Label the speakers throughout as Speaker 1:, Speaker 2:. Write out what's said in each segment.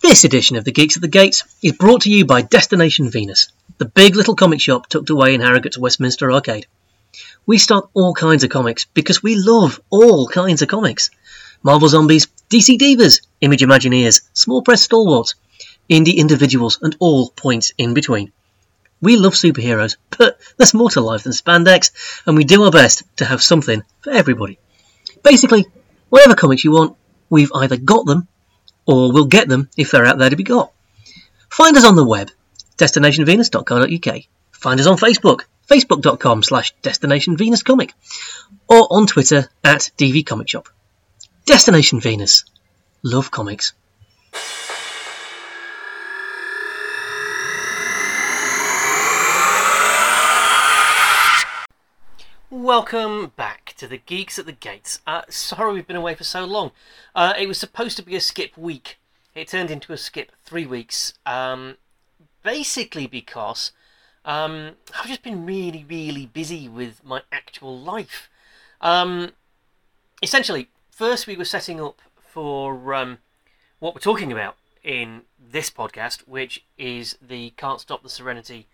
Speaker 1: This edition of the Geeks at the Gates is brought to you by Destination Venus, the big little comic shop tucked away in Harrogate's Westminster Arcade. We stock all kinds of comics because we love all kinds of comics Marvel Zombies, DC Divas, Image Imagineers, Small Press Stalwarts, Indie Individuals, and all points in between. We love superheroes, but there's more to life than spandex, and we do our best to have something for everybody. Basically, whatever comics you want, we've either got them or we'll get them if they're out there to be got. Find us on the web, destinationvenus.co.uk. Find us on Facebook, facebook.com slash destinationvenuscomic, or on Twitter at dvcomicshop. Destination Venus. Love comics. Welcome back to the Geeks at the Gates. Uh, sorry we've been away for so long. Uh, it was supposed to be a skip week. It turned into a skip three weeks, um, basically because um, I've just been really, really busy with my actual life. Um, essentially, first we were setting up for um, what we're talking about in this podcast, which is the Can't Stop the Serenity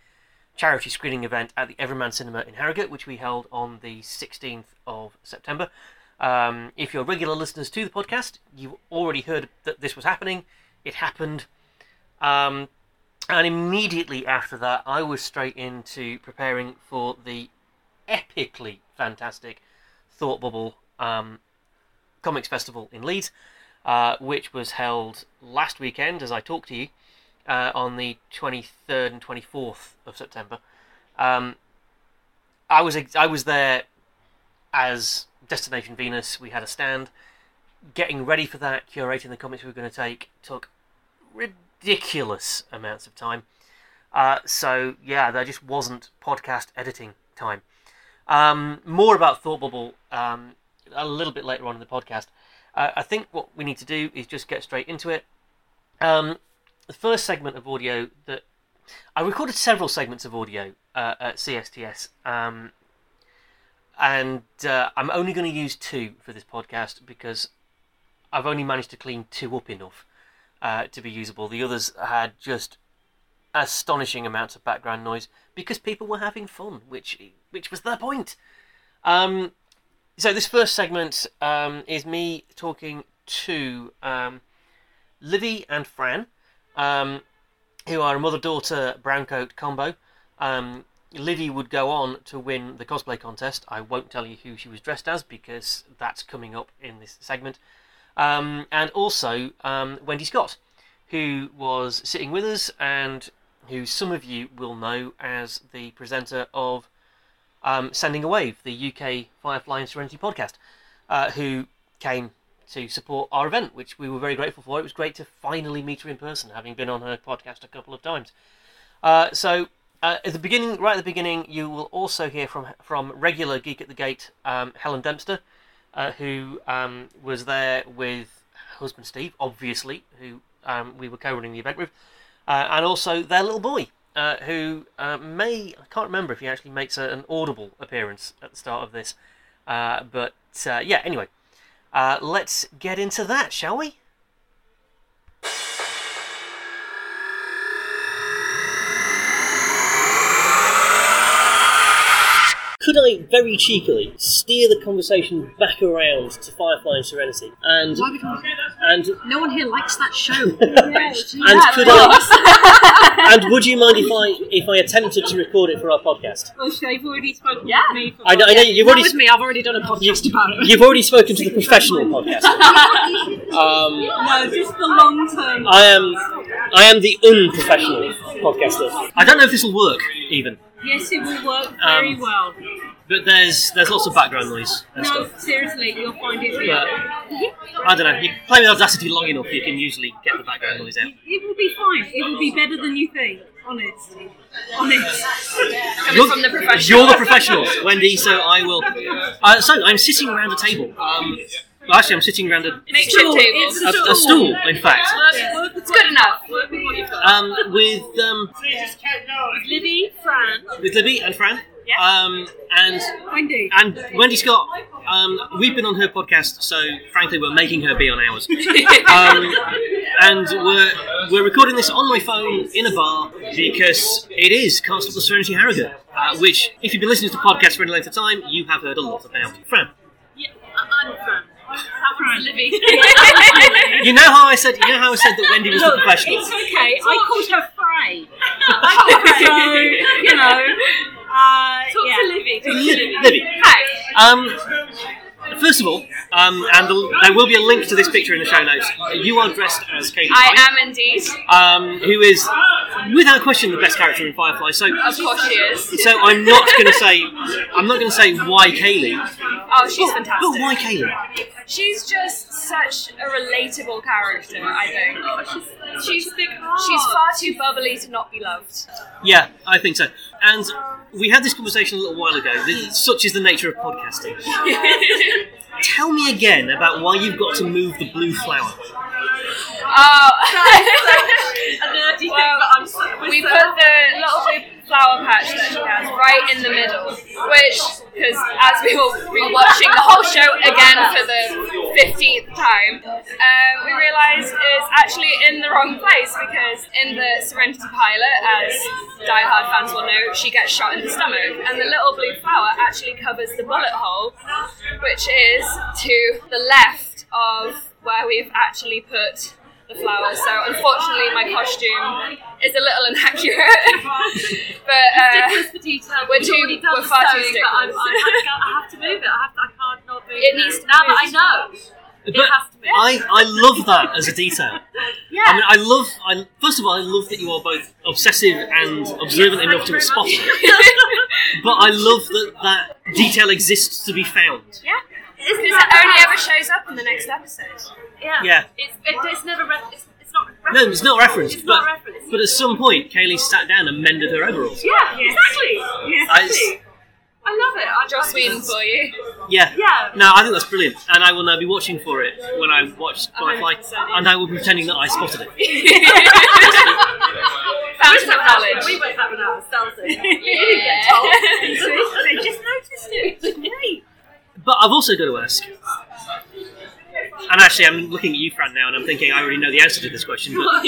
Speaker 1: charity screening event at the Everyman Cinema in Harrogate, which we held on the 16th of September. Um, if you're regular listeners to the podcast, you already heard that this was happening. It happened. Um, and immediately after that, I was straight into preparing for the epically fantastic Thought Bubble um, Comics Festival in Leeds, uh, which was held last weekend as I talked to you uh, on the 23rd and 24th of September. Um, I was ex- I was there as Destination Venus. We had a stand, getting ready for that, curating the comics we were going to take took ridiculous amounts of time. Uh, so yeah, there just wasn't podcast editing time. Um, more about Thought Bubble um, a little bit later on in the podcast. Uh, I think what we need to do is just get straight into it. Um, the first segment of audio that I recorded several segments of audio uh, at CSTS, um, and uh, I'm only going to use two for this podcast because I've only managed to clean two up enough uh, to be usable. The others had just astonishing amounts of background noise because people were having fun, which which was their point. Um, so this first segment um, is me talking to um, Livy and Fran, um, who are a mother-daughter brown coat combo. Um, Livy would go on to win the cosplay contest. I won't tell you who she was dressed as because that's coming up in this segment. Um, and also um, Wendy Scott, who was sitting with us and who some of you will know as the presenter of um, Sending a Wave, the UK Firefly and Serenity podcast, uh, who came to support our event, which we were very grateful for. It was great to finally meet her in person, having been on her podcast a couple of times. Uh, so, uh, at the beginning, right at the beginning, you will also hear from from regular Geek at the Gate, um, Helen Dempster, uh, who um, was there with husband Steve, obviously, who um, we were co-running the event with, uh, and also their little boy, uh, who uh, may I can't remember if he actually makes a, an audible appearance at the start of this, uh, but uh, yeah. Anyway, uh, let's get into that, shall we?
Speaker 2: Could I very cheekily steer the conversation back around to Firefly and Serenity? And
Speaker 3: Why would we-
Speaker 2: and
Speaker 3: No one here likes that show.
Speaker 2: and could I and would you mind if I if I attempted to record it for our podcast?
Speaker 4: Well, they've already spoken
Speaker 3: Yeah.
Speaker 4: to me. For
Speaker 2: I know, I know you've
Speaker 3: Not
Speaker 2: already
Speaker 3: with me, I've already done a podcast about it.
Speaker 2: you've already spoken to the professional podcaster. Um,
Speaker 4: no, just the long term.
Speaker 2: I am I am the unprofessional podcaster. I don't know if this will work even,
Speaker 4: yes, it will work very
Speaker 2: Um,
Speaker 4: well.
Speaker 2: but there's there's lots of background noise and
Speaker 4: No, seriously, you'll find it.
Speaker 2: But I don't know. You play with Audacity long enough, you can usually get the background noise out.
Speaker 4: It will be fine. It will be better than you think. Honest. Honest.
Speaker 3: Coming from the professional.
Speaker 2: You're the professional, Wendy. So I will. Uh, so I'm sitting around a table. Um, well, actually, I'm sitting around a,
Speaker 3: Makeshift
Speaker 4: Stool,
Speaker 3: tables.
Speaker 4: it's
Speaker 2: a, a stool, in fact,
Speaker 3: It's good enough.
Speaker 4: Work with what you've got.
Speaker 2: um, with um,
Speaker 4: Libby, Fran,
Speaker 2: with Libby and Fran, um, and
Speaker 4: Wendy.
Speaker 2: and Wendy Scott. Um, we've been on her podcast, so frankly, we're making her be on ours. Um, and we're we're recording this on my phone in a bar because it is Castle of Serenity Harrogate, uh, which, if you've been listening to the podcast for any length of time, you have heard a lot about. Fran,
Speaker 3: Yeah, I'm Fran. That one's Livy.
Speaker 2: you know how I said you know how I said that Wendy was the professional.
Speaker 4: It's okay. I called her Frey. so you know, uh,
Speaker 3: Talk
Speaker 4: yeah.
Speaker 3: to Livy. Talk to Livy.
Speaker 2: Libby.
Speaker 3: Hi.
Speaker 2: Um, first of all, um, and the, there will be a link to this picture in the show notes. You are dressed as Katie, White,
Speaker 3: I am indeed.
Speaker 2: um, who is without question the best character in Firefly. So.
Speaker 3: Of course she is.
Speaker 2: So I'm not going to say I'm not going to say why Kaylee,
Speaker 3: Oh, she's
Speaker 2: but
Speaker 3: fantastic.
Speaker 2: why Kaylee?
Speaker 3: She's just such a relatable character, I think. Oh, She's, she's, she's far too bubbly to not be loved.
Speaker 2: Yeah, I think so. And we had this conversation a little while ago. that Such is the nature of podcasting. Tell me again about why you've got to move the blue flower.
Speaker 3: Oh.
Speaker 4: nerdy thing,
Speaker 3: Well,
Speaker 4: but I'm so-
Speaker 3: we put the little blue flower patch that she has right in the middle, which, because as we were rewatching the whole show again for the 15th time, um, we realised is actually in the wrong place because in the Serenity pilot, as diehard fans will know, she gets shot in the stomach, and the little blue flower actually covers the bullet hole, which is to the left of where we've actually put the flowers. So unfortunately, my costume is a little inaccurate. but uh,
Speaker 4: Sticklers for detail.
Speaker 3: We're
Speaker 4: We've
Speaker 3: too-
Speaker 4: already done
Speaker 3: we're
Speaker 4: the
Speaker 3: far too
Speaker 4: sewing, but I'm, I'm,
Speaker 3: sticklers.
Speaker 4: I have to move it. I, have to, I can't not move
Speaker 3: It
Speaker 4: now.
Speaker 3: needs to
Speaker 4: now
Speaker 3: be
Speaker 4: that I
Speaker 3: moved.
Speaker 4: know.
Speaker 2: But
Speaker 4: has to be.
Speaker 2: I, I love that as a detail.
Speaker 4: Yeah.
Speaker 2: I mean, I love. I first of all, I love that you are both obsessive and observant enough to have spotted it. But I love that that detail exists to be found.
Speaker 3: yeah, because it only ever shows up in the next episode.
Speaker 4: yeah.
Speaker 2: Yeah.
Speaker 4: It's, it, it's never. Re- it's, it's not. Re-
Speaker 2: No, it's not referenced.
Speaker 4: It's
Speaker 2: but,
Speaker 4: not referenced.
Speaker 2: But at some point, Kaylee sat down and mended her overalls.
Speaker 4: yeah, exactly. Yeah.
Speaker 2: I s-
Speaker 4: I love it. I
Speaker 3: Joss Whedon for you.
Speaker 2: Yeah.
Speaker 4: Yeah.
Speaker 2: No, I think that's brilliant, and I will now be watching for it when I watch Firefly,
Speaker 4: 100%, yeah.
Speaker 2: and I will be pretending that I spotted it.
Speaker 3: Fountain
Speaker 4: We
Speaker 3: of knowledge.
Speaker 4: worked that one out ourselves.
Speaker 3: Yeah.
Speaker 4: they just noticed it. It's great.
Speaker 2: But I've also got to ask, and actually, I'm looking at you, Fran, now, and I'm thinking I already know the answer to this question. But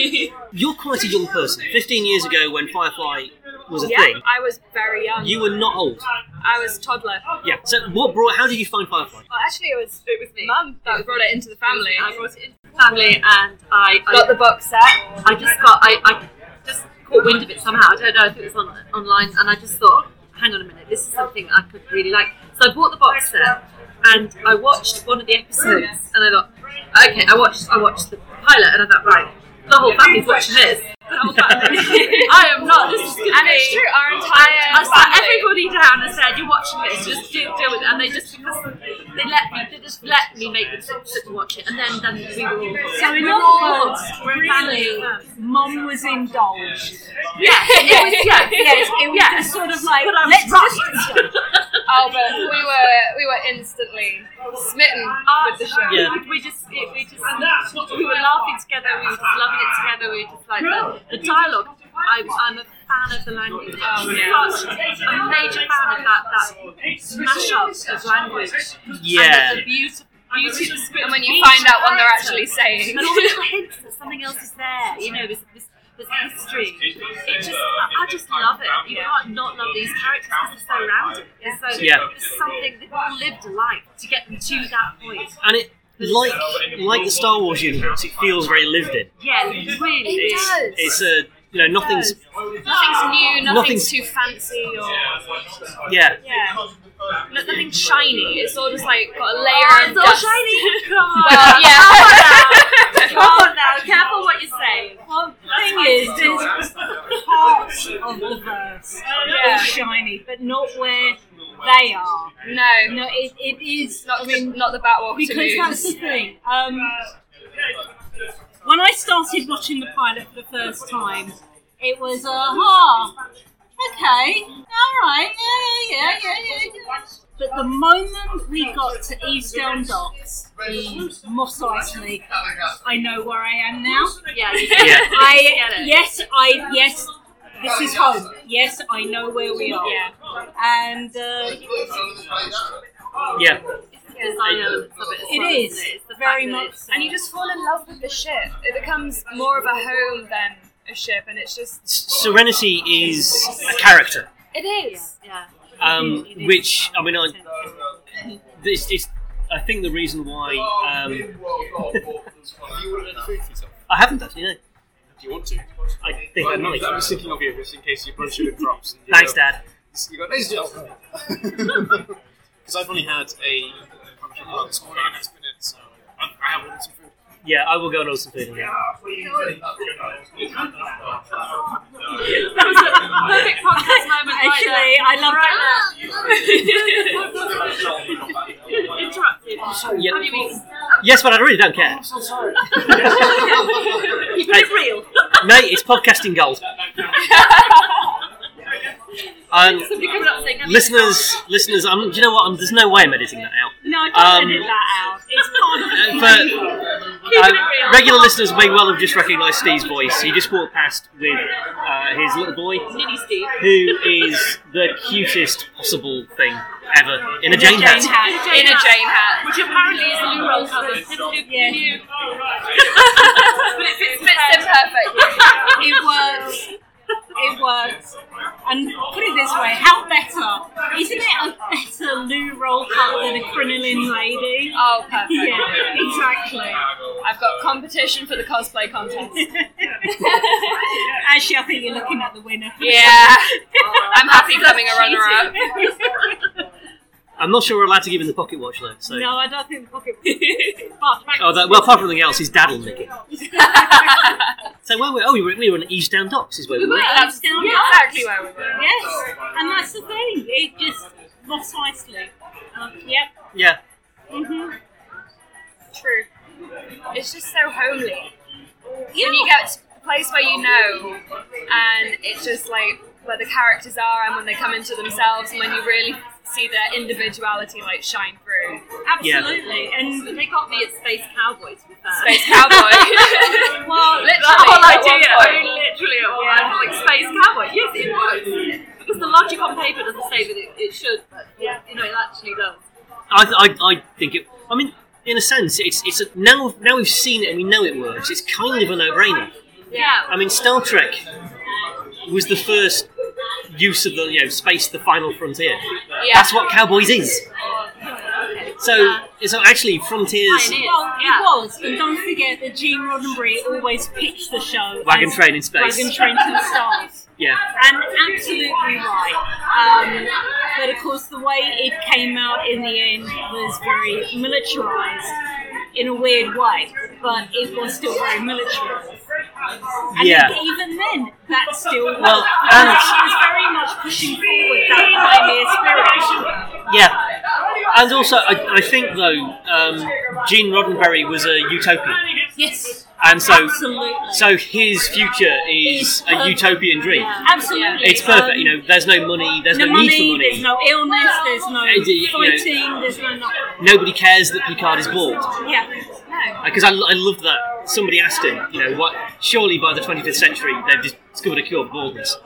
Speaker 2: you're quite a young person. Fifteen years ago, when Firefly was a
Speaker 3: Yeah,
Speaker 2: thing,
Speaker 3: I was very young.
Speaker 2: you were not old.
Speaker 3: I was a toddler.
Speaker 2: Yeah. So, what brought? How did you find Firefly?
Speaker 3: Well, actually, it was it was me. Mum that brought it into the family.
Speaker 4: I brought it into the family and I, I
Speaker 3: Got the box set.
Speaker 4: I just got I, I just caught wind of it somehow. I don't know if it was on online, and I just thought, hang on a minute, this is something I could really like. So I bought the box set, and I watched one of the episodes, and I thought, okay, I watched I watched the pilot, and I thought, right, the whole family's watching this. The whole family. I am
Speaker 3: Oh,
Speaker 4: not. This is going
Speaker 3: And it's true, our entire
Speaker 4: I sat
Speaker 3: family.
Speaker 4: everybody down and said, "You're watching this. Just do, do it." And they just because they let me, they just let me make them sit sit and watch it. And then, then we were all
Speaker 5: So
Speaker 4: we
Speaker 5: in
Speaker 4: were
Speaker 5: other
Speaker 4: all-
Speaker 5: words,
Speaker 4: we're a
Speaker 5: really,
Speaker 4: family.
Speaker 5: mum was indulged.
Speaker 4: Yeah, it was, yeah,
Speaker 5: Yeah,
Speaker 4: yeah,
Speaker 5: it was
Speaker 4: yeah.
Speaker 5: just sort of like,
Speaker 4: But I was
Speaker 5: let's
Speaker 4: right.
Speaker 5: just do it.
Speaker 3: Oh, but we were we were instantly smitten with the show.
Speaker 2: Yeah.
Speaker 4: We just, it, we just, we were laughing together. We were just loving it together. We were just like the, the dialogue. I'm, I'm a fan of the language.
Speaker 3: Oh, yeah.
Speaker 4: I'm such a major fan of that that mashup of language.
Speaker 2: Yeah.
Speaker 4: And the beautiful. Beauty of the script,
Speaker 3: And when you
Speaker 4: each
Speaker 3: find out what they're
Speaker 4: character.
Speaker 3: actually saying.
Speaker 4: and all the little hints that something else is there, you know, there's, there's, there's history. It just, uh, I I just love it. You can't not love these characters because they're so rounded. They're so,
Speaker 2: Yeah.
Speaker 4: there's something they've all lived alike to get them to that point.
Speaker 2: And it, like like the Star Wars universe, it feels very lived in.
Speaker 4: Yeah, really.
Speaker 3: It does.
Speaker 2: It's a you know nothing's
Speaker 3: Nothing's new, nothing's,
Speaker 2: Nothing's-
Speaker 3: too fancy or
Speaker 2: yeah
Speaker 3: yeah. No- nothing shiny. It's all just like got a layer
Speaker 4: Oh,
Speaker 3: of
Speaker 4: it's all
Speaker 3: dust.
Speaker 4: shiny. Come on.
Speaker 3: Well, yeah.
Speaker 4: Come on now, careful what you say.
Speaker 5: Well, the thing is, there's parts of the verse that
Speaker 3: Yeah.
Speaker 5: are shiny, but not where they are.
Speaker 3: no,
Speaker 5: No, it, it is.
Speaker 3: not
Speaker 5: I mean,
Speaker 3: the, not the Batwalk
Speaker 5: because
Speaker 3: to
Speaker 5: that's the
Speaker 3: lose.
Speaker 5: thing. Um, when I started watching the pilot for the first time, it was aha. Okay, all right, yeah, yeah, yeah, yeah, yeah. yeah. But the moment we got to Eastdown Docks, the Moss Isley, I know where I am now.
Speaker 4: Yeah, you
Speaker 2: Yeah.
Speaker 5: I yes, I yes, this is home. Yes, I know where we are.
Speaker 3: Yeah.
Speaker 5: And uh,
Speaker 2: yeah.
Speaker 4: design elements of it. as
Speaker 5: It
Speaker 4: well,
Speaker 5: is.
Speaker 4: isn't It's the
Speaker 5: Very
Speaker 4: fact that
Speaker 5: much
Speaker 4: it's-
Speaker 5: so.
Speaker 3: and you just fall in love with the ship. It becomes more of a home than a ship, and it's just
Speaker 2: Serenity is a character,
Speaker 3: it is.
Speaker 4: yeah.
Speaker 2: um,
Speaker 4: It is-
Speaker 2: which I mean, I, this is I think the reason why um,
Speaker 6: you would have intrigued yourself.
Speaker 2: I haven't actually. No,
Speaker 6: Do you want to?
Speaker 2: I think I
Speaker 6: Well,
Speaker 2: might.
Speaker 6: That was thinking of you, just in case your blood sugar drops. and you
Speaker 2: Thanks,
Speaker 6: go,
Speaker 2: Dad.
Speaker 6: You got ladies and gentlemen. Because I've only had a punch of blood this morning and it's been in, so I, I have ordered some food.
Speaker 2: Yeah, I will go and order some food. in a minute.
Speaker 4: That was a perfect podcast moment right there.
Speaker 5: Actually, I love that.
Speaker 4: Interrupted.
Speaker 2: Yeah.
Speaker 4: How do you mean?
Speaker 2: Yes, but I really don't care,
Speaker 4: Keep it real.
Speaker 2: mate. It's podcasting gold. Um,
Speaker 4: Somebody coming up saying,
Speaker 2: listeners, listeners, I'm, do you know what? I'm, there's no way I'm editing that out.
Speaker 5: No, I can't
Speaker 2: Um,
Speaker 5: edit that out. It's part of
Speaker 2: Uh,
Speaker 5: the
Speaker 2: But uh, regular listeners may well have just recognised Steve's voice. He just walked past with uh, his little boy,
Speaker 4: Ninny Steve.
Speaker 2: who is the cutest possible thing ever in a Jane
Speaker 5: Jane
Speaker 2: hat.
Speaker 5: hat.
Speaker 3: In a Jane hat.
Speaker 4: Which apparently is a new roll cover. Yeah. but it fits
Speaker 3: Fits in perfect.
Speaker 5: It works. It works. Um, And put it this way, how better? Isn't it a better loo roll cut than a crinoline lady?
Speaker 3: Oh, perfect.
Speaker 5: Yeah, exactly.
Speaker 3: I've got competition for the cosplay contest.
Speaker 5: Actually, I think you're looking at the winner.
Speaker 3: Yeah. I'm happy coming a runner up.
Speaker 2: I'm not sure we're allowed to give him the pocket watch though. So,
Speaker 5: No, I don't think the pocket. but back
Speaker 2: oh,
Speaker 5: to
Speaker 2: that, well, apart from anything else, his dad will nick it. So where were? Oh, we were, we were in Eastdown Docks, is where we were.
Speaker 3: That's
Speaker 5: down
Speaker 3: exactly where we were.
Speaker 5: Yes, and that's the thing. It just lost nicely. Um, yep.
Speaker 2: Yeah.
Speaker 5: Mm-hmm.
Speaker 3: True. It's just so homely. When you get to a place where you know, and it's just like where the characters are, and when they come into themselves, and when you really see their individuality like shine through.
Speaker 5: Absolutely. And
Speaker 4: They got me at Space Cowboy, to be fair.
Speaker 3: Space cowboy.
Speaker 5: well,
Speaker 3: Literally,
Speaker 4: that whole
Speaker 3: at
Speaker 4: idea,
Speaker 3: one
Speaker 4: I
Speaker 3: point.
Speaker 4: mean, literally, at one point, like space cowboy. Yes, it works because the logic on paper doesn't say that it, it should, but yeah, you know, it actually does.
Speaker 2: I, I, I think it. I mean, in a sense, it's it's a, now now we've seen it and we know it works. It's kind of a no-brainer.
Speaker 4: Yeah,
Speaker 2: I mean, Star Trek was the first use of the you know space, the final frontier.
Speaker 3: Yeah.
Speaker 2: That's what Cowboys is. So, so actually, Frontiers
Speaker 4: Pioneer.
Speaker 5: well,
Speaker 4: Yeah.
Speaker 5: it was. And don't forget that Gene Roddenberry always pitched the show
Speaker 2: Wagon
Speaker 5: as
Speaker 2: Train in Space.
Speaker 5: Wagon Train to the Stars.
Speaker 2: Yeah,
Speaker 5: And absolutely right. Um, but of course, the way it came out in the end was very militarized in a weird way, but it was still very militarized. And
Speaker 2: Yeah.
Speaker 5: e- even then, that still worked.
Speaker 2: Well, uh,
Speaker 5: and
Speaker 2: and-
Speaker 5: she was very much pushing forward that pioneer spirit.
Speaker 2: yeah. And also, I, I think though, um, Gene Roddenberry was a utopian,
Speaker 5: Yes,
Speaker 2: and so
Speaker 5: absolutely.
Speaker 2: so his future is
Speaker 5: Is
Speaker 2: a
Speaker 5: perfect.
Speaker 2: utopian dream.
Speaker 5: absolutely.
Speaker 2: It's perfect.
Speaker 5: Um,
Speaker 2: You know, there's no money. There's no,
Speaker 5: no money,
Speaker 2: need for money.
Speaker 5: there's no illness, there's no
Speaker 2: Uh, the- you know-
Speaker 5: fighting, there's no nothing.
Speaker 2: Nobody cares that Picard is bald.
Speaker 5: Yeah.
Speaker 2: Because I, I loved that. Somebody asked him, you know, what? Surely by the 25th century they've discovered a cure for baldness,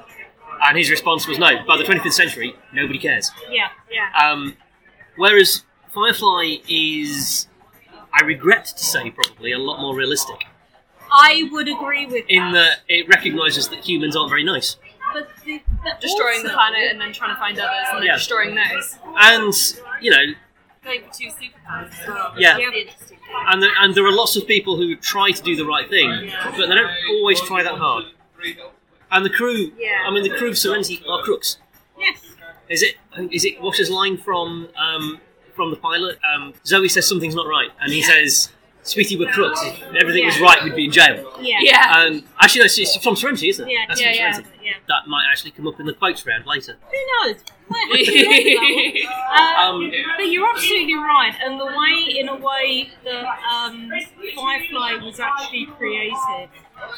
Speaker 2: and his response was no. By the 25th century, nobody cares.
Speaker 5: Yeah, yeah.
Speaker 2: Um, whereas Firefly is, I regret to say, probably a lot more realistic
Speaker 5: I would agree with
Speaker 2: in
Speaker 5: that.
Speaker 2: that it recognises that humans aren't very nice,
Speaker 5: But the, but
Speaker 3: Destroying the
Speaker 5: also-
Speaker 3: planet and then trying to find others and then
Speaker 2: Yeah.
Speaker 3: destroying those.
Speaker 2: and you know,
Speaker 4: going for two superpowers as well.
Speaker 2: Yeah.
Speaker 4: That's the
Speaker 3: Oh.
Speaker 4: interesting part.
Speaker 2: and there, and there are lots of people who try to do the right thing, but they don't always try that hard. And the crew,
Speaker 5: Yeah.
Speaker 2: I mean, the crew of Serenity are crooks.
Speaker 5: Yes.
Speaker 2: Is it? Is it Wash's line from um, from the pilot? Um, Zoe says something's not right, and he says, "Sweetie, we're crooks. If everything was
Speaker 5: Yeah.
Speaker 2: right, we'd be in jail."
Speaker 5: Yeah.
Speaker 3: Yeah.
Speaker 2: And actually, that's it's from Serenity, isn't it?
Speaker 5: Yeah,
Speaker 2: That's
Speaker 5: yeah,
Speaker 2: from
Speaker 5: yeah,
Speaker 2: Serenity.
Speaker 5: yeah.
Speaker 2: That might actually come up in the quotes round later.
Speaker 5: Who knows? Might have to look at that one.
Speaker 2: Um,
Speaker 5: but you're absolutely right, and the way, in a way, that um, Firefly was actually created.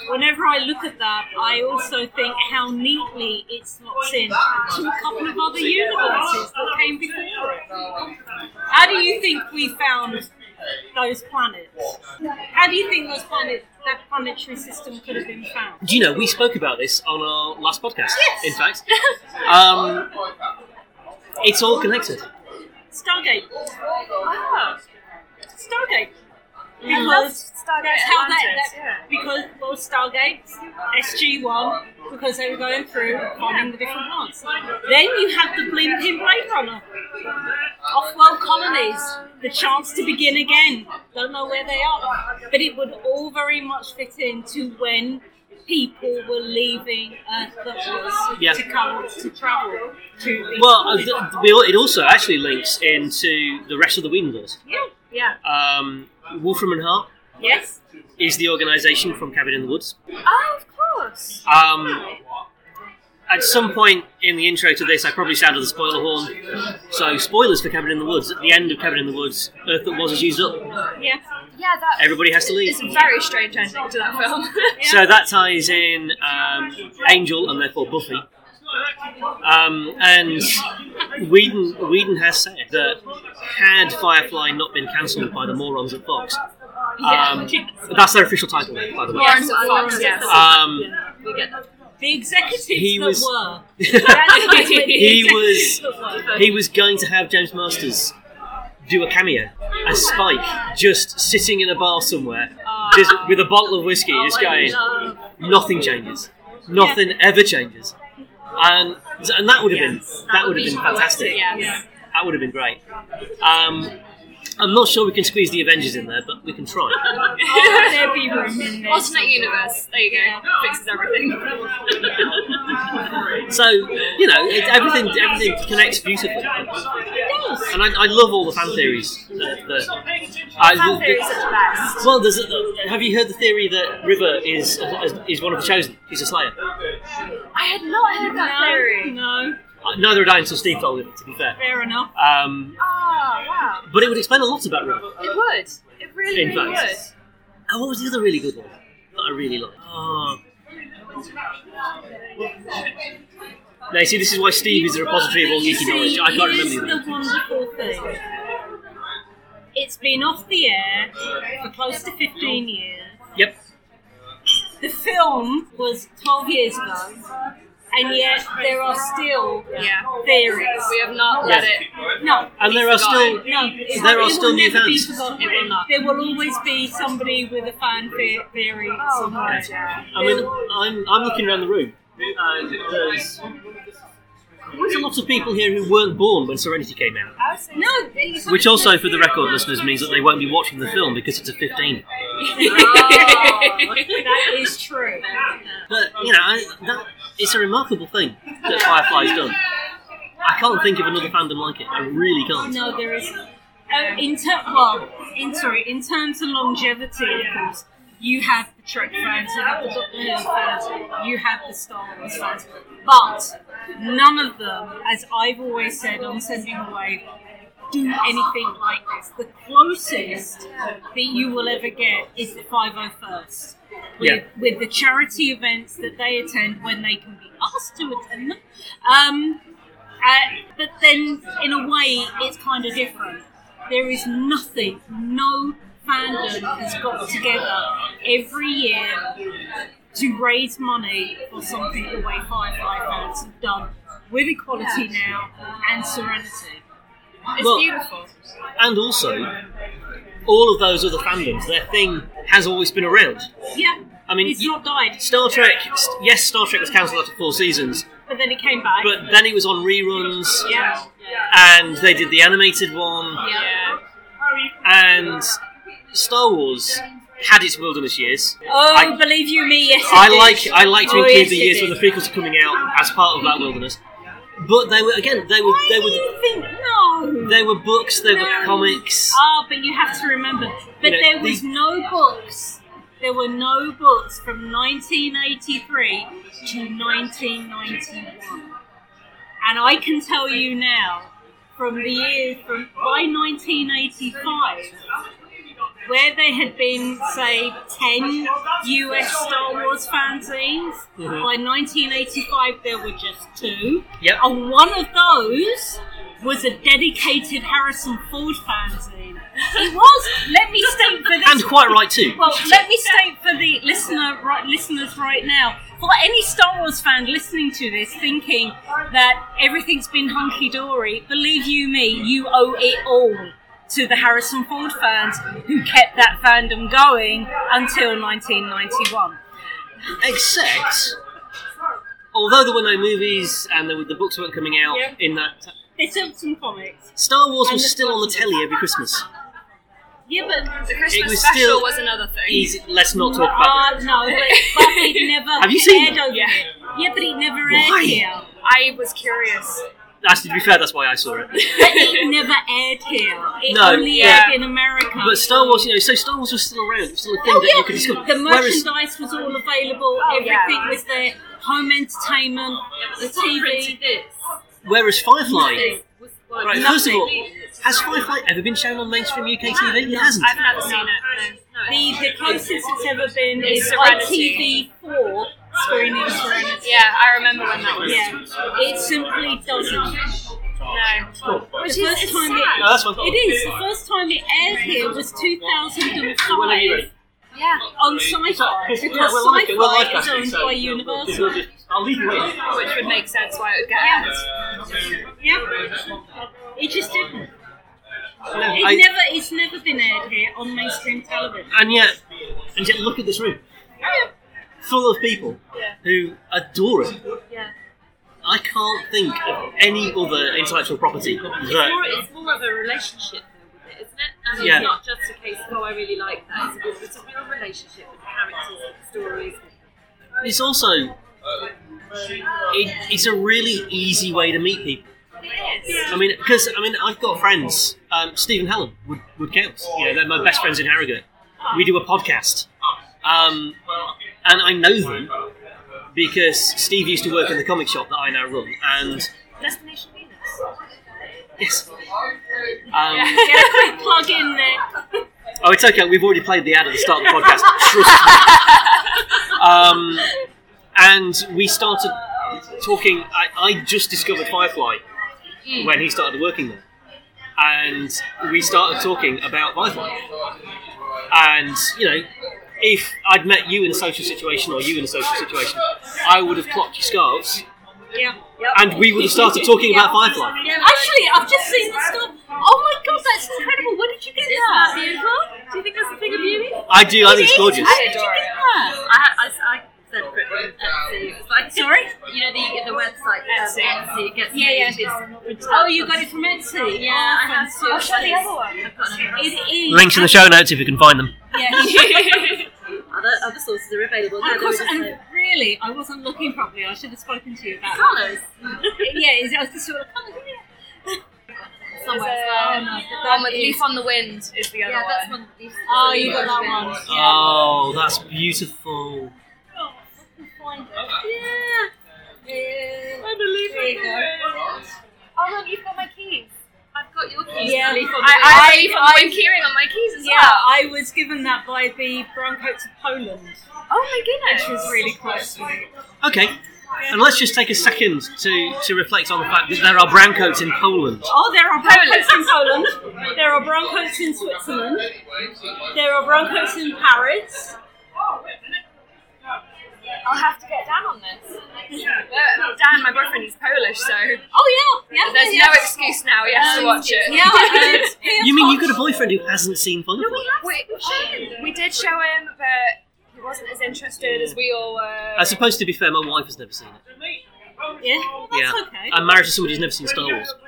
Speaker 5: Whenever I look at that, I also think how neatly it slots in to a couple of other universes that came before it. How do you think we found those planets? How do you think those planets, that planetary system, could have been found?
Speaker 2: do you know we spoke about this on our last podcast? In fact, um, it's all connected.
Speaker 5: Ah. Stargate. Stargate. Because that's how that, that because it was Stargate, SG One, because they were going through finding the different plants. Then you have the blimp in Blade Runner, off-world colonies, the chance to begin again. Don't know where they are, but it would all very much fit into when people were leaving Earth that was
Speaker 2: Yeah.
Speaker 5: to come to travel to. the-
Speaker 2: Well, uh, th- we al- it also actually links into the rest of the Whedon laws.
Speaker 5: yeah, yeah,
Speaker 2: Um, Wolfram and Hart
Speaker 5: yes.
Speaker 2: is the organisation from Cabin in the Woods.
Speaker 3: Oh, of course.
Speaker 2: Um, at some point in the intro to this, I probably sounded the spoiler horn. So, spoilers for Cabin in the Woods. At the end of Cabin in the Woods, Earth that was is used up.
Speaker 5: Yeah.
Speaker 3: Yeah, that
Speaker 2: Everybody has to leave.
Speaker 3: It's a very strange ending to that film.
Speaker 2: So that ties in um, Angel and therefore Buffy. Um, and Whedon, Whedon has said that had Firefly not been cancelled by the morons at Fox, um, that's their official title, by the way.
Speaker 3: Lawrence of Fox, yes.
Speaker 2: Um,
Speaker 4: we get that.
Speaker 5: The executives
Speaker 2: He
Speaker 5: that
Speaker 2: was-
Speaker 5: were.
Speaker 2: he was
Speaker 5: was.
Speaker 2: he was going to have James Masters do a cameo as Spike, just sitting in a bar somewhere just with a bottle of whiskey, just going, nothing changes, nothing ever changes, and and that would have been that would have been fantastic.
Speaker 4: Yes.
Speaker 2: That would have been great. Um, I'm not sure we can squeeze the Avengers in there, but we can try.
Speaker 5: There'd be room in there.
Speaker 3: Alternate universe. There you go. Fixes everything.
Speaker 2: So you know, it, everything everything connects beautifully, and I, I love all the fan theories. That, that, I-
Speaker 3: Fan theories are the best.
Speaker 2: Well, there's a, have you heard the theory that River is is one of the chosen? She's a Slayer.
Speaker 3: I had not heard that
Speaker 5: No,
Speaker 3: theory.
Speaker 5: no,
Speaker 2: Uh, Neither had I until Steve told me. To be fair,
Speaker 5: fair enough.
Speaker 2: um,
Speaker 3: Ah, wow.
Speaker 2: but it would explain a lot about River.
Speaker 3: It would. It really,
Speaker 2: In
Speaker 3: really would.
Speaker 2: fact, and what was the other really good one that I really liked? Oh. Now, you see, this is why Steve is the repository of all
Speaker 5: You
Speaker 2: geeky knowledge.
Speaker 5: see,
Speaker 2: I can't
Speaker 5: here's
Speaker 2: remember the other
Speaker 5: the wonderful thing. It's been off the air for close to 15 years.
Speaker 2: Yep.
Speaker 5: The film was 12 years ago, and yet there are still
Speaker 3: Yeah.
Speaker 5: theories.
Speaker 3: We have not let
Speaker 2: Yeah.
Speaker 3: it.
Speaker 5: No,
Speaker 2: And there are still
Speaker 5: No, it's-
Speaker 2: There are
Speaker 5: it
Speaker 2: still
Speaker 5: will
Speaker 2: new
Speaker 5: never be
Speaker 2: fans.
Speaker 5: forgotten.
Speaker 3: It will not.
Speaker 5: There will always be somebody with a fan fe- theory
Speaker 3: Oh,
Speaker 5: somewhere.
Speaker 2: I mean, I'm, I'm looking around the room, and there's there's a lot of people here who weren't born when Serenity came out.
Speaker 5: No, it's-
Speaker 2: Which also, for the record listeners, means that they won't be watching the film because it's a 15.
Speaker 5: that Oh, is true.
Speaker 2: But, you know, I, that, it's a remarkable thing that Firefly's done. I can't think of another fandom like it. I really can't.
Speaker 5: No, there isn't. Oh, in ter- well, in sorry, in terms of longevity, of course, you have the Trek fans, you have the Doctor Who fans, you have the Star Wars fans, but none of them, as I've always said on Sending Away, do anything like this. The closest that you will ever get is the 501st. With,
Speaker 2: Yeah.
Speaker 5: with the charity events that they attend when they can be asked to attend them. Um, uh, but then, in a way, it's kind of different. There is nothing, no fandom has got together every year to raise money for something the way Firefly fans have done with Equality Now and Serenity.
Speaker 3: It's
Speaker 2: Well-
Speaker 3: beautiful.
Speaker 2: And also, all of those other fandoms, their thing has always been around.
Speaker 5: Yeah,
Speaker 2: I mean,
Speaker 5: it's
Speaker 2: you-
Speaker 5: not died,
Speaker 2: Star Trek, yes, Star Trek was cancelled after four seasons,
Speaker 5: but then it came back.
Speaker 2: but then it was on reruns,
Speaker 5: yeah,
Speaker 2: and they did the animated one,
Speaker 3: Yeah.
Speaker 2: and Star Wars had its wilderness years.
Speaker 5: Oh,
Speaker 2: I-
Speaker 5: believe you me, yes. it
Speaker 2: I
Speaker 5: did.
Speaker 2: like I like to
Speaker 5: Oh,
Speaker 2: include
Speaker 5: yes,
Speaker 2: the
Speaker 5: it
Speaker 2: years
Speaker 5: did.
Speaker 2: when the prequels are coming out as part of that wilderness. But they were again they were
Speaker 5: Why
Speaker 2: they
Speaker 5: do
Speaker 2: were
Speaker 5: you think no?
Speaker 2: they were books, they were
Speaker 5: No.
Speaker 2: comics.
Speaker 5: Ah, but you have to remember, but
Speaker 2: You know,
Speaker 5: there was
Speaker 2: the-
Speaker 5: no books. There were no books from 1983 to 1991, and I can tell you now, from the year from by 1985, where there had been say 10 US Star Wars fanzines, by 1985 there were just two.
Speaker 2: Mm-hmm. Yep.
Speaker 5: And one of those was a dedicated Harrison Ford fanzine. It was. Let me state for this.
Speaker 2: And quite right too.
Speaker 5: well, let me state for the listener, right, listeners right now. For any Star Wars fan listening to this, thinking that everything's been hunky dory, believe you me, you owe it all to the Harrison Ford fans who kept that fandom going until 1991.
Speaker 2: Except, although there were no movies and the, the books weren't coming out
Speaker 5: Yeah.
Speaker 2: in that, t-
Speaker 5: They took some comics.
Speaker 2: Star Wars
Speaker 5: And
Speaker 2: was
Speaker 5: the
Speaker 2: still on the
Speaker 5: Star Wars.
Speaker 2: telly every Christmas.
Speaker 5: Yeah, but
Speaker 3: The Christmas
Speaker 2: was
Speaker 3: special
Speaker 2: still-
Speaker 3: was another thing.
Speaker 2: Easy. Let's not talk about
Speaker 5: uh, no, but, but it never
Speaker 2: Have you seen
Speaker 5: aired
Speaker 2: that?
Speaker 5: over
Speaker 3: Yeah.
Speaker 5: here. Yeah, but it never
Speaker 2: Why?
Speaker 5: aired here.
Speaker 3: I was curious.
Speaker 2: that. Actually, to be fair, that's why I saw it.
Speaker 5: But it never aired here. It
Speaker 2: No,
Speaker 5: only
Speaker 2: yeah.
Speaker 5: aired in America.
Speaker 2: But Star Wars, you know, so Star Wars was still around. It was still a thing
Speaker 5: Oh,
Speaker 2: that
Speaker 5: yeah.
Speaker 2: you could discover.
Speaker 5: The
Speaker 2: Whereas,
Speaker 5: merchandise was all available. Everything
Speaker 3: Oh, yeah.
Speaker 5: was there. Home entertainment, the TV.
Speaker 4: Printed this.
Speaker 2: whereas Firefly,
Speaker 4: This was like
Speaker 2: right? First of
Speaker 4: nothing.
Speaker 2: all, has Firefly ever been shown on mainstream UK TV? It hasn't.
Speaker 3: I've never seen it. No.
Speaker 5: The, the closest it's ever been
Speaker 3: It's
Speaker 5: is
Speaker 3: Serenity.
Speaker 5: ITV4 screening Serenity.
Speaker 3: Yeah, I remember when that was.
Speaker 5: Yeah, it simply doesn't.
Speaker 3: No.
Speaker 5: The first time it,
Speaker 2: No, that's one.
Speaker 5: it is the first time it aired here was 2005
Speaker 3: Yeah.
Speaker 5: on Sci-Fi because Sci-Fi is owned by Universal.
Speaker 2: I'll leave you in.
Speaker 3: Which would make sense why it would get
Speaker 5: Yeah.
Speaker 3: ads.
Speaker 5: Yeah, it just didn't. It
Speaker 2: I-
Speaker 5: never, it's never been aired here on mainstream television.
Speaker 2: And yet, and yet, look at this room, full of people who adore it.
Speaker 4: Yeah.
Speaker 2: I can't think of any other intellectual property
Speaker 4: It's more,
Speaker 2: that.
Speaker 4: it's more of a relationship though with it, isn't it? And
Speaker 2: uh, Yeah.
Speaker 4: it's not just a case of, oh, I really like that. It's a, good, it's a real relationship with the characters, with the stories.
Speaker 2: It's also, it, it's a really easy way to meet people. I mean, because I mean, I've got friends. Um, Steve and Helen would would count. You know, they're my best friends in Harrogate. We do a podcast, um, and I know them because Steve used to work in the comic shop that I now run, and
Speaker 4: Destination Venus.
Speaker 2: yes.
Speaker 5: Yeah,
Speaker 2: Um,
Speaker 5: quick plug in there.
Speaker 2: Oh, it's okay. We've already played the ad at the start of the podcast. Trust me. Um, and we started talking. I, I just discovered Firefly when he started working there, and we started talking about Firefly. And you know, if I'd met you in a social situation or you in a social situation, I would have clocked your scarves,
Speaker 5: Yeah.
Speaker 2: and we would have started talking about Firefly.
Speaker 5: Actually, I've just seen the stuff. Oh my god, that's incredible! Where did you get that?
Speaker 4: Beautiful. Do you think that's a thing of beauty?
Speaker 2: I do. I think it's gorgeous.
Speaker 5: Where did you get that?
Speaker 4: I, I, I said for it on Etsy. It was like,
Speaker 5: Sorry?
Speaker 4: You know, the, the website, Etsy. Um, Etsy it gets
Speaker 5: Yeah, yeah.
Speaker 4: images.
Speaker 5: Oh, you got it from Etsy. Yeah, I have.
Speaker 4: too.
Speaker 5: I'll show the other
Speaker 4: one. I've Oh, got another
Speaker 5: It
Speaker 4: one.
Speaker 5: is.
Speaker 2: Links in the show notes if you can find them.
Speaker 5: Yes.
Speaker 4: Other, other sources are available.
Speaker 5: And of course, and
Speaker 4: the
Speaker 5: really, I wasn't looking properly. I should have spoken to you about it.
Speaker 4: colours.
Speaker 5: yeah, is it, I was just sort of colours. Yeah.
Speaker 4: Somewhere as
Speaker 5: Oh,
Speaker 4: well.
Speaker 5: no, but
Speaker 3: The one
Speaker 5: that
Speaker 3: with
Speaker 5: is-
Speaker 3: Leaf on the Wind is the other
Speaker 4: Yeah, that's
Speaker 3: one.
Speaker 4: one. of these-
Speaker 5: Oh, you got that one. Yeah.
Speaker 2: Oh, that's beautiful.
Speaker 5: oh, Yeah.
Speaker 4: Unbelievable.
Speaker 5: There you go.
Speaker 3: Oh look, you've got my keys.
Speaker 4: I've got your keys.
Speaker 5: Yeah.
Speaker 4: Leaf on the
Speaker 3: I, I,
Speaker 5: I-
Speaker 3: have
Speaker 5: I-
Speaker 3: been keyring on my keys as
Speaker 5: Yeah,
Speaker 3: well.
Speaker 5: I was given that by the Brown Coats of Poland,
Speaker 3: Oh my goodness.
Speaker 5: which was really quite sweet.
Speaker 2: Okay. And let's just take a second to, to reflect on the fact that there are brown coats in Poland.
Speaker 5: Oh, there are Brown Coats in Poland. There are Brown Coats in Switzerland. There are Brown Coats in Paris.
Speaker 3: I'll have to get Dan on this. Uh, Dan, my boyfriend, he's Polish, so
Speaker 5: Oh yeah, yeah.
Speaker 3: there's
Speaker 5: yeah.
Speaker 3: no excuse now. You have to watch it.
Speaker 5: Yeah, uh,
Speaker 2: You mean you got a boyfriend who hasn't seen Firefly?
Speaker 3: We, um, we did show him, but he wasn't as interested as we all were.
Speaker 2: I suppose to be fair, my wife has never seen it.
Speaker 5: Yeah, well, that's
Speaker 2: Yeah,
Speaker 5: okay.
Speaker 2: I'm married to somebody who's never seen Star Wars. Um,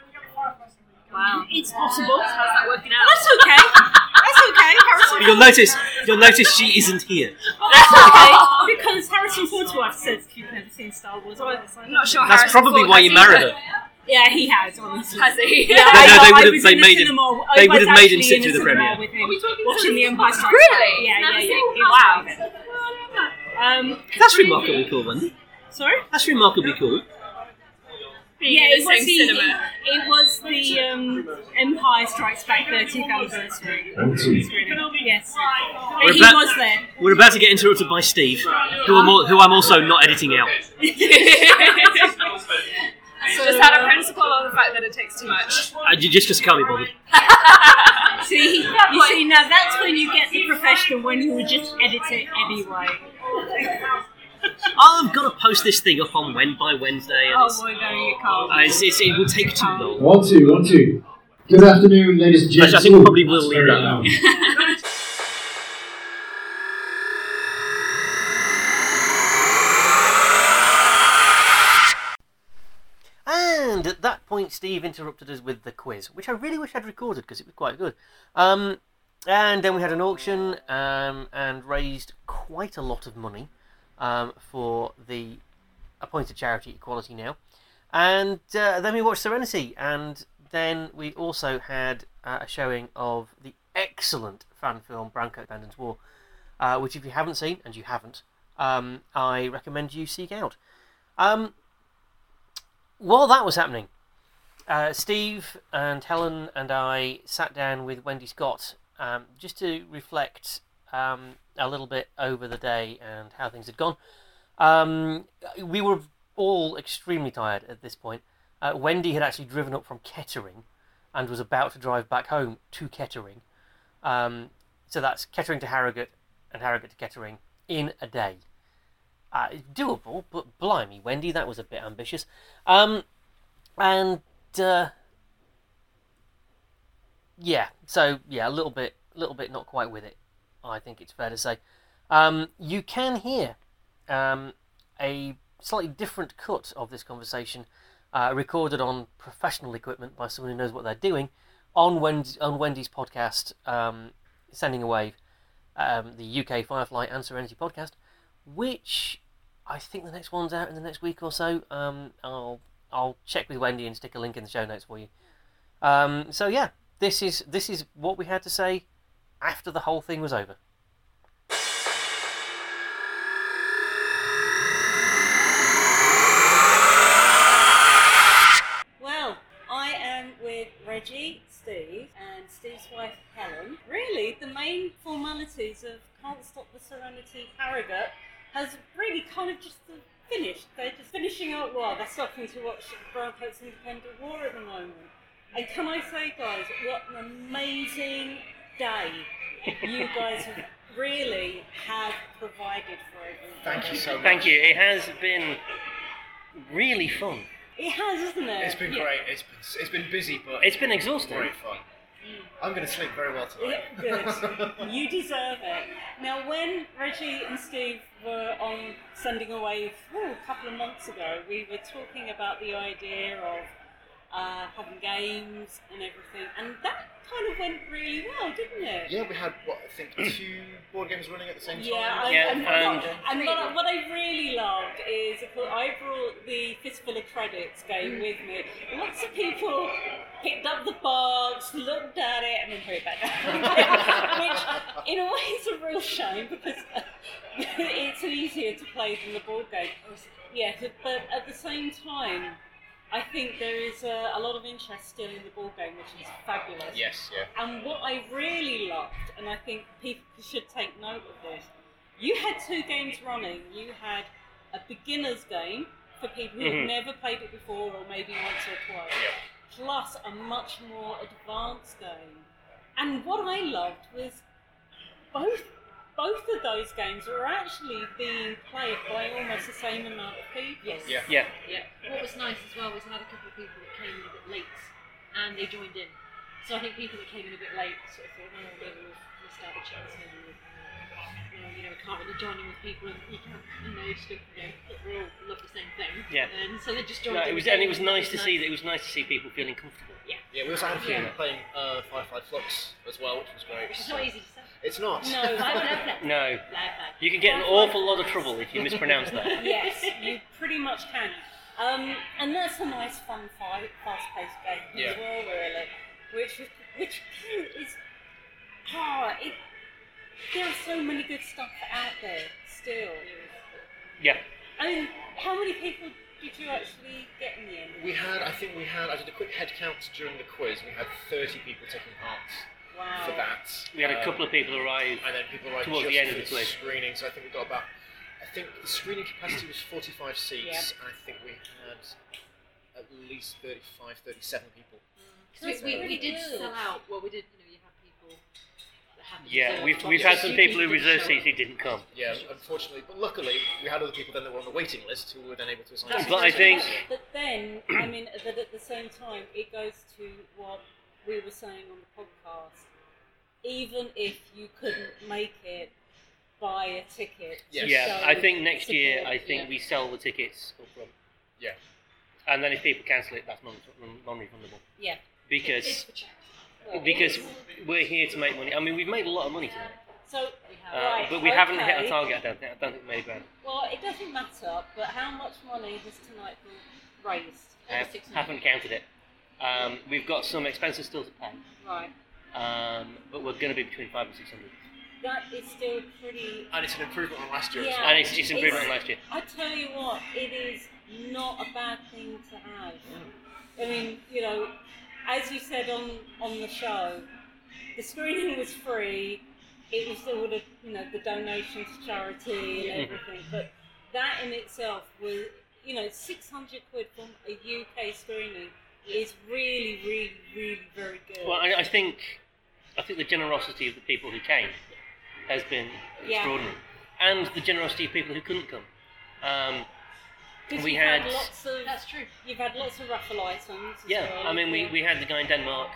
Speaker 4: Wow.
Speaker 5: it's possible.
Speaker 4: How's that working out?
Speaker 5: That's okay. That's okay. Harrison
Speaker 2: But you'll notice, you'll notice she isn't here.
Speaker 5: That's okay. Because Harrison Ford's wife says you've never seen Star Wars either. So I'm
Speaker 3: not sure
Speaker 2: That's
Speaker 3: Harrison
Speaker 2: probably
Speaker 3: Ford
Speaker 2: why
Speaker 3: has
Speaker 2: you
Speaker 3: either.
Speaker 2: married her.
Speaker 5: Yeah, he has, honestly.
Speaker 3: Has he?
Speaker 5: Yeah,
Speaker 2: No, no,
Speaker 5: I,
Speaker 2: they
Speaker 5: I
Speaker 2: would've-
Speaker 5: was
Speaker 2: they
Speaker 5: in the
Speaker 2: made him-
Speaker 5: cinema- I
Speaker 2: they
Speaker 5: was
Speaker 2: would've made him
Speaker 5: actually
Speaker 2: sit
Speaker 5: in
Speaker 2: through the
Speaker 5: cinema
Speaker 2: premiere.
Speaker 5: With him, watching The Empire Strikes Back.
Speaker 3: Really?
Speaker 5: Yeah, yeah,
Speaker 4: Never
Speaker 5: yeah.
Speaker 4: seen
Speaker 5: He was loving it. Um,
Speaker 2: That's remarkably cool, one.
Speaker 5: sorry.
Speaker 2: That's remarkably cool.
Speaker 5: Yeah,
Speaker 3: in the
Speaker 5: it was
Speaker 3: same
Speaker 5: the
Speaker 3: cinema.
Speaker 5: it, it was the um, Empire Strikes Back 30th anniversary. screening. Yes, but he
Speaker 2: back-
Speaker 5: was there.
Speaker 2: We're about to get interrupted by Steve, who I'm, al- who I'm also not editing out.
Speaker 3: Just had a principle on the fact that it takes too much.
Speaker 2: I, ju- Uh, just because I can't be bothered.
Speaker 5: See, you see, now that's when you get the professional when you would just edit it anyway.
Speaker 2: I've got to post this thing up on when by Wednesday, and
Speaker 5: Oh
Speaker 2: it's,
Speaker 5: my god, you can't.
Speaker 2: uh, it's, it's, it will take too long.
Speaker 7: One, two, one, two. Good afternoon, ladies and gentlemen.
Speaker 8: I think we probably will leave that out.
Speaker 1: And at that point, Steve interrupted us with the quiz, which I really wish I'd recorded because it was quite good. Um, and then we had an auction um, and raised quite a lot of money um, for the appointed charity Equality Now. And uh, then we watched Serenity, and then we also had uh, a showing of the excellent fan film Branko Bandon's War, uh, which, if you haven't seen, and you haven't, um, I recommend you seek out. Um, while that was happening, uh, Steve and Helen and I sat down with Wendy Scott um, just to reflect um, a little bit over the day and how things had gone. Um, we were all extremely tired at this point. Uh, Wendy had actually driven up from Kettering and was about to drive back home to Kettering. Um, so that's Kettering to Harrogate and Harrogate to Kettering in a day. Uh, doable, but blimey, Wendy, that was a bit ambitious. Um, and uh, yeah, so yeah, a little bit, little bit not quite with it. I think it's fair to say. Um, you can hear um, a slightly different cut of this conversation, uh, recorded on professional equipment by someone who knows what they're doing, on Wendy, on Wendy's podcast, um, sending a wave, um, the UK Firefly and Serenity podcast, which I think the next one's out in the next week or so. Um, I'll I'll check with Wendy and stick a link in the show notes for you. Um, so yeah, this is this is what we had to say after the whole thing was over.
Speaker 5: Well, I am with Reggie, Steve, and Steve's wife Helen. Really, the main formalities of Can't Stop the Serenity Harrogate has really kind of just uh, finished. They're just finishing up. Well, they're starting to watch Browncoat's Independent War at the moment. And can I say, guys, what an amazing day you guys have really have provided for everyone.
Speaker 7: Thank you so much.
Speaker 1: Thank you. It has been really fun.
Speaker 5: It has, isn't it?
Speaker 7: It's been
Speaker 5: Yeah.
Speaker 7: great. It's been, it's been busy, but
Speaker 1: It's been exhausting.
Speaker 7: great fun. I'm going to sleep very well tonight.
Speaker 5: Yeah, good. you deserve it. Now, when Reggie and Steve were on Sending Away whew, a couple of months ago, we were talking about the idea of uh, having games and everything, and that kind of went really well, didn't it?
Speaker 7: Yeah, we had what I think two board games running at the same time.
Speaker 5: Yeah, I,
Speaker 1: Yeah,
Speaker 5: and, what-
Speaker 1: and-
Speaker 5: and what, I- what I really loved is, of course, I brought the Fistful of Credits game with me. Lots of people picked up the box, looked at it, and then threw it back down. Which, in a way, is a real shame because it's easier to play than the board game. Yeah, but at the same time, I think there is a, a lot of interest still in the board game, which is fabulous.
Speaker 7: Yes, yeah.
Speaker 5: And what I really loved, and I think people should take note of this, you had two games running. You had a beginner's game for people who
Speaker 1: Mhm.
Speaker 5: have never played it before or maybe once or twice, plus a much more advanced game. And what I loved was both both of those games were actually being played by almost the same amount of people.
Speaker 4: Yes.
Speaker 7: Yeah.
Speaker 1: Yeah.
Speaker 4: Yeah. What was nice as well was another couple of people that came in a bit late and they joined in. So I think people that came in a bit late sort of thought, oh, maybe we've missed out the chance, maybe we've, you know, you know, we can't really join in with people and you can't, and they just go, you know, that we all love the same thing.
Speaker 1: Yeah.
Speaker 4: And so they just joined
Speaker 1: No, it
Speaker 4: in.
Speaker 1: was
Speaker 4: with
Speaker 1: and it
Speaker 4: them
Speaker 1: was nice to see that. It was nice to see people feeling comfortable.
Speaker 7: Yeah, we also had a few
Speaker 4: Yeah.
Speaker 7: playing uh, Firefly Flux as well, which was great.
Speaker 4: Which is not easy to say.
Speaker 7: It's not.
Speaker 5: No,
Speaker 4: I would
Speaker 5: I
Speaker 4: have that.
Speaker 1: No,
Speaker 4: Like
Speaker 1: you can get an awful lot of trouble if you mispronounce that.
Speaker 5: yes, you pretty much can. Um, and that's a nice, fun, fi- fast-paced game as
Speaker 7: Yeah.
Speaker 5: well, really. Which is- which is ah, it, there are so many good stuff out there still.
Speaker 1: Yeah.
Speaker 5: I mean, how many people did you actually get in the end?
Speaker 7: We had, I think we had, I did a quick head count during the quiz. We had 30 people taking part
Speaker 5: Wow.
Speaker 7: for that.
Speaker 1: We had a
Speaker 7: Um,
Speaker 1: couple of people arrive.
Speaker 7: and then people arrived
Speaker 1: towards
Speaker 7: just
Speaker 1: the end
Speaker 7: for
Speaker 1: of the quiz.
Speaker 7: screening. So I think we got about, I think the screening capacity was 45 seats, and I think we had at least 35, 37 people.
Speaker 4: Because we, we, we did
Speaker 5: That's really
Speaker 4: sell
Speaker 5: good.
Speaker 4: out. Well, we did, you know, you had people that had
Speaker 1: Yeah,
Speaker 4: reserved
Speaker 1: we've, we've had
Speaker 4: boxes.
Speaker 1: some
Speaker 4: You
Speaker 1: people who
Speaker 4: didn't
Speaker 1: reserved
Speaker 4: show
Speaker 1: seats
Speaker 4: up.
Speaker 1: who didn't come.
Speaker 7: Yeah, unfortunately, but luckily we had other people then that were on the waiting list who were then able to assign.
Speaker 1: But I think
Speaker 5: But then, I mean, that at the same time, it goes to what we were saying on the podcast, even if you couldn't make it, buy a ticket.
Speaker 7: Yes.
Speaker 2: Yeah,
Speaker 5: So
Speaker 2: I think next year, I
Speaker 5: support-
Speaker 2: think
Speaker 5: yeah.
Speaker 2: we sell the tickets up front.
Speaker 7: Yeah.
Speaker 2: And then if people cancel it, that's non non refundable.
Speaker 5: Yeah.
Speaker 2: Because because we're here to make money. I mean, we've made a lot of money tonight,
Speaker 5: So,
Speaker 2: uh,
Speaker 5: Right,
Speaker 2: but we haven't hit our
Speaker 5: okay.
Speaker 2: target. I don't think. I don't think we made a grand.
Speaker 5: well, it doesn't matter, but how much money has tonight been raised?
Speaker 2: I have- Uh, haven't counted it. Um, we've got some expenses still to pay,
Speaker 5: Right.
Speaker 2: um, but we're going to be between five and six hundred.
Speaker 5: That is still pretty.
Speaker 7: And it's an improvement on last year's.
Speaker 5: Yeah.
Speaker 2: And it's just improvement on last year.
Speaker 5: I tell you what, it is not a bad thing to have. I mean, you know, as you said on on the show, the screening was free. It was all the you know the donation to charity and everything, but that in itself was you know six hundred quid from a UK screening is really, really, really very good.
Speaker 2: Well, I, I think I think the generosity of the people who came has been
Speaker 5: Yeah.
Speaker 2: extraordinary, and the generosity of people who couldn't come. Um,
Speaker 5: 'Cause
Speaker 2: we
Speaker 5: you've had,
Speaker 2: had-
Speaker 5: lots of
Speaker 9: That's true.
Speaker 5: you've had lots of raffle items. as
Speaker 2: yeah,
Speaker 5: well.
Speaker 2: I mean, we,
Speaker 5: Yeah.
Speaker 2: we had the guy in Denmark,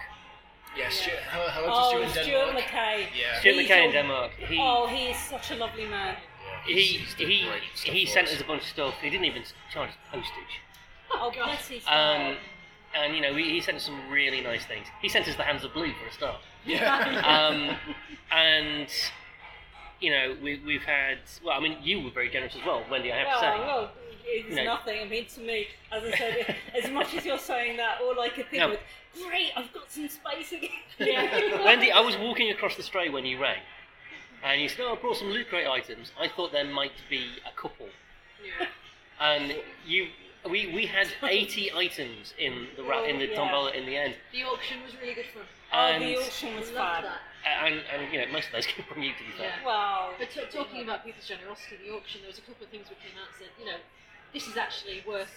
Speaker 7: Yeah, Stuart,
Speaker 5: Yeah.
Speaker 7: hello, hello
Speaker 5: oh,
Speaker 7: to Stuart in
Speaker 5: Stuart
Speaker 7: Denmark.
Speaker 5: McKay.
Speaker 7: Yeah.
Speaker 2: Stuart
Speaker 5: He's
Speaker 2: McKay
Speaker 5: a-
Speaker 2: in Denmark. He
Speaker 5: Oh, he is such a lovely man.
Speaker 7: Yeah, he's-
Speaker 2: he
Speaker 7: he's done
Speaker 2: he
Speaker 7: great stuff
Speaker 2: he
Speaker 7: for
Speaker 2: sent
Speaker 7: us.
Speaker 2: us a bunch of stuff. He didn't even s- charge us postage.
Speaker 5: Oh, bless his
Speaker 2: Um,
Speaker 5: heart.
Speaker 2: and you know, we, he sent us some really nice things. He sent us the hands of blue for a start.
Speaker 7: Yeah.
Speaker 2: Um, and you know, we, we've had. Well, I mean, you were very generous as well, Wendy. I have to say.
Speaker 5: Well, well, it's
Speaker 2: No.
Speaker 5: nothing. I mean, to me, as I said, as much as you're saying that, all I could think
Speaker 2: No.
Speaker 5: was, great, I've got some space again.
Speaker 2: Wendy, I was walking across the stray when you rang, and you said, "Oh, I brought some loot crate items." I thought there might be a couple,
Speaker 9: Yeah.
Speaker 2: and you, we, we had eighty items in the ra- in the
Speaker 5: Oh, yeah.
Speaker 2: tombola in the end,
Speaker 9: The auction was really good fun.
Speaker 5: oh,
Speaker 2: and
Speaker 5: the auction was
Speaker 9: Love
Speaker 5: fab.
Speaker 9: that.
Speaker 2: and, and you know most of those came from you, to be fair.
Speaker 9: Yeah.
Speaker 5: Wow.
Speaker 9: But t- talking about people's generosity in the auction, there was a couple of things we came out and said, you know, this is actually worth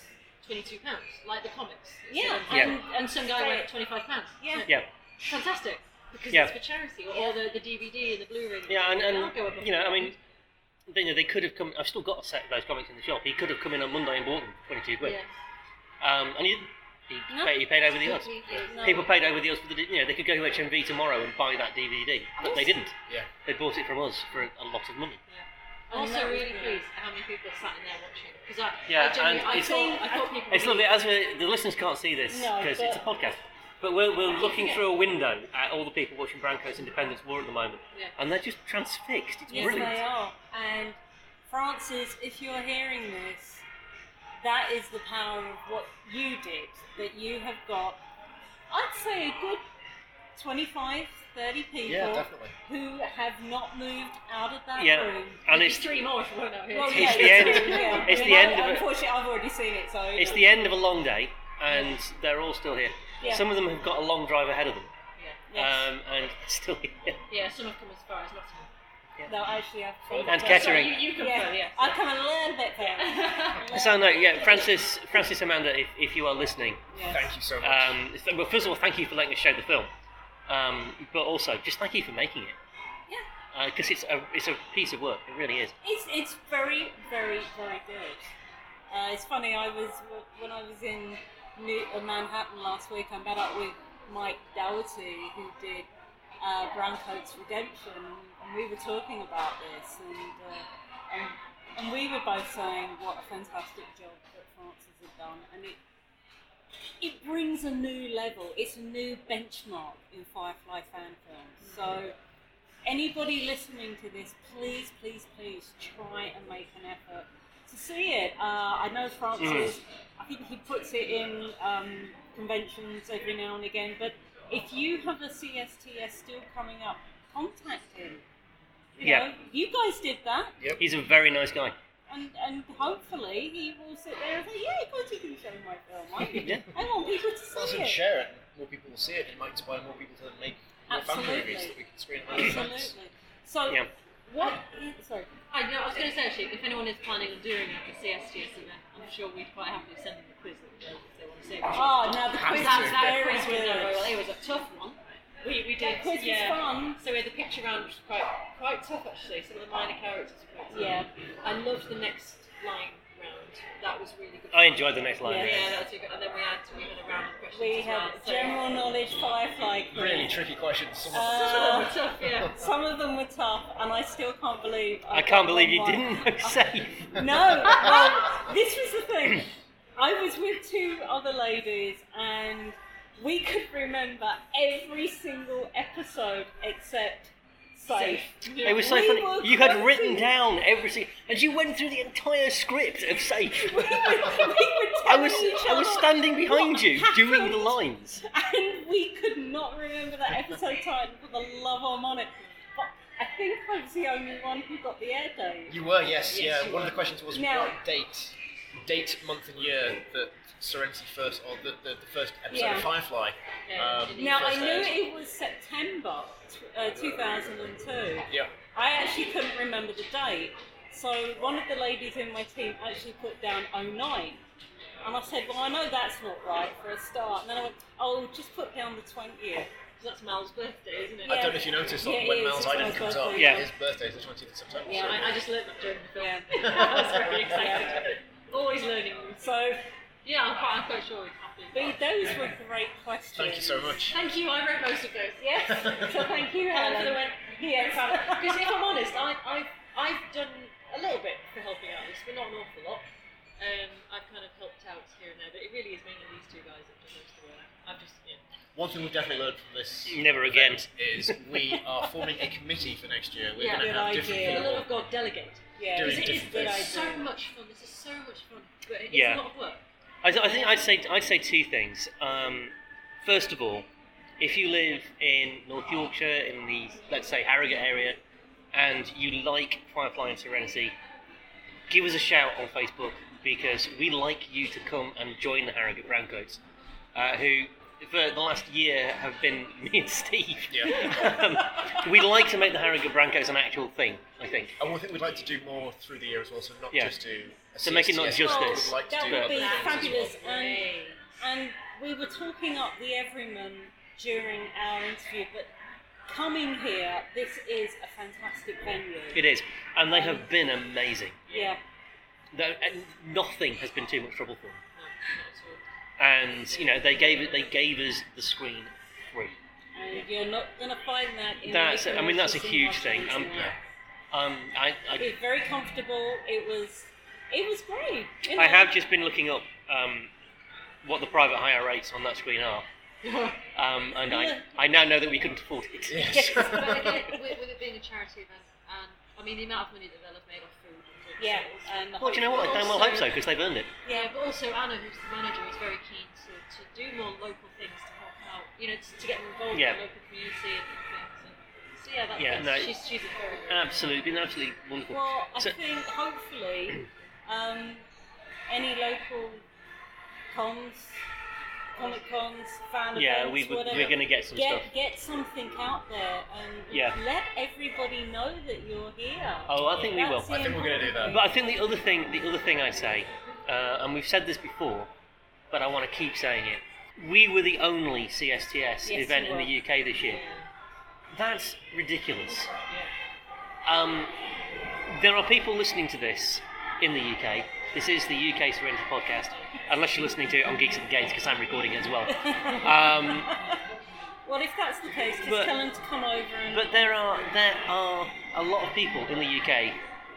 Speaker 9: £22, like the comics.
Speaker 5: Yeah,
Speaker 2: Yeah.
Speaker 5: And, and
Speaker 9: And some guy went
Speaker 5: went.
Speaker 9: at £25.
Speaker 5: Yeah.
Speaker 2: Yeah.
Speaker 9: Fantastic. Because
Speaker 2: Yeah.
Speaker 9: it's for charity, or, or the, the DVD and the Blu-ray.
Speaker 2: Yeah, and,
Speaker 9: They'll go above
Speaker 2: and you know, I
Speaker 9: and
Speaker 2: mean,
Speaker 9: beyond.
Speaker 2: they, you know, they could have come. I've still got a set of those comics in the shop. He could have come in on Monday and bought them for twenty-two quid,
Speaker 9: Yeah.
Speaker 2: um, and he didn't. He,
Speaker 5: No.
Speaker 2: paid, he paid over the odds.
Speaker 5: No.
Speaker 2: People paid over the odds for the. You know, they could go to HMV tomorrow and buy that DVD, but they didn't.
Speaker 7: Yeah.
Speaker 2: They bought it from us for a lot of money.
Speaker 9: I'm
Speaker 5: And that
Speaker 9: also
Speaker 5: was
Speaker 9: really
Speaker 5: good.
Speaker 9: pleased at how many people are sat in there watching. Because I,
Speaker 2: Yeah,
Speaker 9: I genuinely,
Speaker 2: and
Speaker 9: I,
Speaker 2: it's-
Speaker 9: thought, I thought people
Speaker 2: It's lovely.
Speaker 9: really-
Speaker 2: As we, the listeners can't see this
Speaker 5: No,
Speaker 2: because it's a
Speaker 5: but-
Speaker 2: podcast, but we're, we're looking through a window at all the people watching Branko's Independence War at the moment,
Speaker 9: Yeah.
Speaker 2: and they're just transfixed. It's
Speaker 5: Yes,
Speaker 2: brilliant.
Speaker 5: they are. And Francis, if you're hearing this, that is the power of what you did. That you have got, I'd say, a good 25, 30 people
Speaker 7: Yeah, definitely.
Speaker 5: who have not moved out of that
Speaker 2: Yeah.
Speaker 5: room.
Speaker 2: And
Speaker 9: There'd be
Speaker 2: it's
Speaker 9: three more if we weren't out here.
Speaker 5: Well,
Speaker 2: It's
Speaker 5: yeah,
Speaker 2: the
Speaker 5: it's
Speaker 2: end.
Speaker 5: yeah.
Speaker 2: It's
Speaker 5: I
Speaker 2: the
Speaker 5: mean,
Speaker 2: end
Speaker 5: I-
Speaker 2: of it.
Speaker 5: Unfortunately, I've already seen it, so
Speaker 2: it's the end of a long day, and they're all still here.
Speaker 5: Yeah.
Speaker 2: Some of them have got a long drive ahead of them,
Speaker 5: Yes.
Speaker 2: um, and still here.
Speaker 9: Yeah, some have come as far as Nottingham.
Speaker 5: no, actually, I've
Speaker 2: And
Speaker 9: Well,
Speaker 2: Kettering.
Speaker 9: sorry, you, you come
Speaker 5: yeah,
Speaker 9: first, yeah.
Speaker 5: I've come a little bit there.
Speaker 2: So no, yeah, Francis, Francis, Amanda, if, if you are listening,
Speaker 7: Thank you
Speaker 5: Uh,
Speaker 7: so much.
Speaker 2: um, th- well, first of all, thank you for letting us show the film, um, but also just thank you for making it.
Speaker 5: Yeah.
Speaker 2: Because it's a it's a piece of work. It really is.
Speaker 5: It's it's very very very good. Uh, it's funny. I was when I was in New, uh, Manhattan last week. I met up with Mike Dougherty, who did uh, Browncoat's Redemption, and we were talking about this, and, uh, and and we were both saying what a fantastic job that Francis had done, and it it brings a new level. It's a new benchmark in Firefly fan films. So anybody listening to this, please, please, please try and make an effort to see it. Uh, I know
Speaker 2: Mm.
Speaker 5: Francis, I think he puts it in um, conventions every now and again, but if you have a CSTS still coming up, contact him. You
Speaker 2: Yeah.
Speaker 5: know, you guys did that,
Speaker 2: He's a very nice guy.
Speaker 5: and, and hopefully he will sit there and say, Yeah, of course you can show my film. I,
Speaker 2: Yeah.
Speaker 5: I want people to
Speaker 7: Well,
Speaker 5: see
Speaker 7: so
Speaker 5: it.
Speaker 7: share it, and more people will see it, and it might inspire more people to make more fan
Speaker 5: Absolutely.
Speaker 7: movies that we can screen at
Speaker 5: Absolutely.
Speaker 7: events.
Speaker 5: So,
Speaker 2: Yeah.
Speaker 5: what? Sorry.
Speaker 9: I, no, I was going to say actually, if anyone is planning on doing like a CSTS event, I'm sure we'd quite happily send them a quiz that they, they want to see.
Speaker 5: Oh, now the
Speaker 7: Have to.
Speaker 5: quiz is
Speaker 9: that, that
Speaker 5: very
Speaker 9: quiz we did
Speaker 5: good.
Speaker 9: very well. It was a tough one. We, we
Speaker 5: That
Speaker 9: did.
Speaker 5: quiz was
Speaker 9: yeah.
Speaker 5: fun.
Speaker 9: So we had the picture round, which was quite quite tough actually. Some of the minor characters were quite tough.
Speaker 5: Yeah.
Speaker 9: I loved the next line round That was really good.
Speaker 2: I enjoyed the next line.
Speaker 9: Yeah, yeah, that was really good. And then we had we had a round of questions.
Speaker 5: We
Speaker 9: as
Speaker 5: have
Speaker 9: well, so-
Speaker 5: general knowledge firefly quiz.
Speaker 7: Really tricky questions. Some of them.
Speaker 9: Some of them
Speaker 5: Uh,
Speaker 9: were tough, yeah.
Speaker 5: some of them were tough, and I still can't believe.
Speaker 2: I can't believe you
Speaker 5: won one.
Speaker 2: didn't save.
Speaker 5: No, well, this was the thing. I was with two other ladies, and we could remember every single episode except Safe.
Speaker 2: It was so
Speaker 5: We
Speaker 2: funny.
Speaker 5: were
Speaker 2: You had
Speaker 5: quoting-
Speaker 2: written down every single, and you went through the entire script of Safe.
Speaker 5: we were, we were
Speaker 2: I was
Speaker 5: telling each
Speaker 2: I was
Speaker 5: other
Speaker 2: standing behind
Speaker 5: what
Speaker 2: you doing the
Speaker 5: happened.
Speaker 2: lines.
Speaker 5: and we could not remember that episode title for the love of on it. But I think I was the only one who got the air date.
Speaker 7: You were, yes,
Speaker 9: Yes,
Speaker 7: yeah.
Speaker 9: you
Speaker 7: One of
Speaker 9: were.
Speaker 7: the questions was
Speaker 5: Now-
Speaker 7: what date, date, month, and year that Serenity first, or the, the, the first episode
Speaker 5: Yeah.
Speaker 7: of Firefly.
Speaker 9: Yeah,
Speaker 7: Um,
Speaker 9: she did.
Speaker 5: Now I
Speaker 7: first
Speaker 5: knew
Speaker 7: aired.
Speaker 5: it was September t- uh, 2002.
Speaker 7: Yeah.
Speaker 5: I actually couldn't remember the date, so one of the ladies in my team actually put down 09. And I said, Well, I know that's not right for a start. And then I went, Oh, just put down the 20th.
Speaker 9: That's Mal's birthday, isn't it?
Speaker 7: I
Speaker 5: Yeah.
Speaker 7: don't know if you noticed
Speaker 5: Yeah,
Speaker 7: like,
Speaker 5: it
Speaker 7: when
Speaker 5: is,
Speaker 7: Mal's
Speaker 5: it's my
Speaker 7: Island comes up.
Speaker 5: birthday.
Speaker 2: Yeah.
Speaker 7: His birthday is the 20th of September.
Speaker 5: Yeah.
Speaker 7: so-
Speaker 9: I, I just learned that during the film.
Speaker 5: Yeah.
Speaker 9: I was very excited. Always learning.
Speaker 5: So
Speaker 9: Yeah, I'm quite, I'm quite sure it's happening.
Speaker 5: the, those were great questions.
Speaker 7: Thank you so much.
Speaker 9: Thank you, I wrote most of those.
Speaker 5: Yes. So thank you,
Speaker 9: Helen for the
Speaker 5: Helen.
Speaker 9: win.
Speaker 5: Yes.
Speaker 9: Because if I'm honest, I, I've, I've done a little bit for helping out this, but not an awful lot. Um, I've kind of helped out here and there, but it really is mainly these two guys that do most of the work. I've just, yeah.
Speaker 7: One thing we've definitely learned from this
Speaker 2: Never again.
Speaker 7: is we are forming a committee for next year. We're
Speaker 9: Yeah.
Speaker 7: going
Speaker 5: Good
Speaker 7: to have different
Speaker 5: idea.
Speaker 9: For the
Speaker 7: people.
Speaker 9: love of God, delegate.
Speaker 5: Yeah,
Speaker 7: Doing
Speaker 9: Because
Speaker 5: it's a
Speaker 9: it is
Speaker 7: different
Speaker 5: good
Speaker 9: it's
Speaker 5: idea.
Speaker 9: so much fun. This is so much fun, but it's
Speaker 2: Yeah.
Speaker 9: a lot of work.
Speaker 2: I, I think I'd say I'd say two things. Um, first of all, if you live in North Yorkshire in the let's say Harrogate area, and you like Firefly and Serenity, give us a shout on Facebook because we like you to come and join the Harrogate Browncoats, uh, who for the last year have been me and Steve. um, we like to make the Harrogate Browncoats an actual thing. I think.
Speaker 7: And one thing we'd like to do more through the year as well, so not
Speaker 2: Yeah.
Speaker 7: just do. A
Speaker 2: So make it not
Speaker 7: CSTS,
Speaker 2: just
Speaker 7: but
Speaker 2: this,
Speaker 7: We'd like to
Speaker 5: that
Speaker 7: do
Speaker 5: would
Speaker 7: other
Speaker 5: be
Speaker 7: things as well.
Speaker 5: fabulous. And, and we were talking up the Everyman during our interview, but coming here, this is a fantastic venue.
Speaker 2: It is, and they have been amazing.
Speaker 5: Yeah,
Speaker 2: No- and nothing has been too much trouble for them.
Speaker 9: No, not at all.
Speaker 2: and you know they gave it they gave us the screen free
Speaker 5: and you're not going to find that in
Speaker 2: That's-
Speaker 5: the
Speaker 2: I mean, that's a
Speaker 5: commercials
Speaker 2: huge
Speaker 5: and
Speaker 2: thing.
Speaker 5: marketing,
Speaker 2: Um,
Speaker 5: yeah.
Speaker 2: um i
Speaker 5: It
Speaker 2: i,
Speaker 5: was very comfortable. It was, it was great. you know.
Speaker 2: I have just been looking up um what the private hire rates on that screen are um and i i now know that we couldn't afford it
Speaker 7: Yes.
Speaker 9: but again, with, with it being a charity event, and I mean the amount of money that they'll have made off food. and drinks
Speaker 5: Yeah,
Speaker 9: sales.
Speaker 5: and the
Speaker 2: well do you know what i damn well hope so because they've earned it
Speaker 9: Yeah, but also Anna, who's the manager, is very keen to, to do more local things to help out. You know, to, to get them involved
Speaker 2: Yeah.
Speaker 9: in the local community and things. And, so yeah, that,
Speaker 2: Yeah, no.
Speaker 9: that's, she's she's a very good.
Speaker 2: absolutely been absolutely wonderful
Speaker 5: Well, I
Speaker 2: So-
Speaker 5: think oh, hopefully um, any local cons, comic cons, fan
Speaker 2: yeah
Speaker 5: events,
Speaker 2: we, we
Speaker 5: whatever,
Speaker 2: we're gonna get some
Speaker 5: get
Speaker 2: stuff
Speaker 5: get something out there and
Speaker 2: Yeah.
Speaker 5: let everybody know that you're here.
Speaker 2: oh i think we will
Speaker 5: That's
Speaker 7: I think we're gonna do that.
Speaker 2: But I think the other thing, the other thing I say, uh, and we've said this before, but I want to keep saying it. We were the only CSTS
Speaker 5: you
Speaker 2: event in
Speaker 5: were.
Speaker 2: the UK this year. That's ridiculous. Um, there are people listening to this in the UK. This is the UK Serenity podcast. Unless you're listening to it on Geeks at the Gates, because I'm recording it as well. Um,
Speaker 5: well, if that's the case, just
Speaker 2: But-
Speaker 5: tell them to come over and
Speaker 2: But there are there are a lot of people in the UK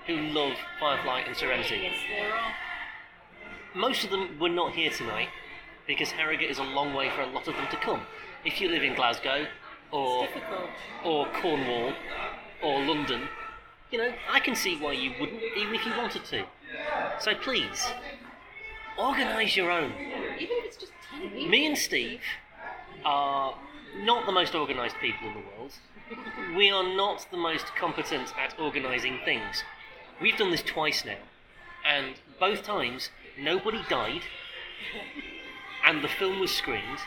Speaker 2: who love Firefly and Serenity.
Speaker 5: yes, there are.
Speaker 2: Most of them were not here tonight because Harrogate is a long way for a lot of them to come. If you live in Glasgow or
Speaker 5: It's difficult.
Speaker 2: or Cornwall or London, you know, I can see why you wouldn't, even if you wanted to. So please, organise your own.
Speaker 9: Even if it's just ten people.
Speaker 2: Me and Steve are not the most organised people in the world. We are not the most competent at organising things. We've done this twice now, and both times nobody died, and the film was screened,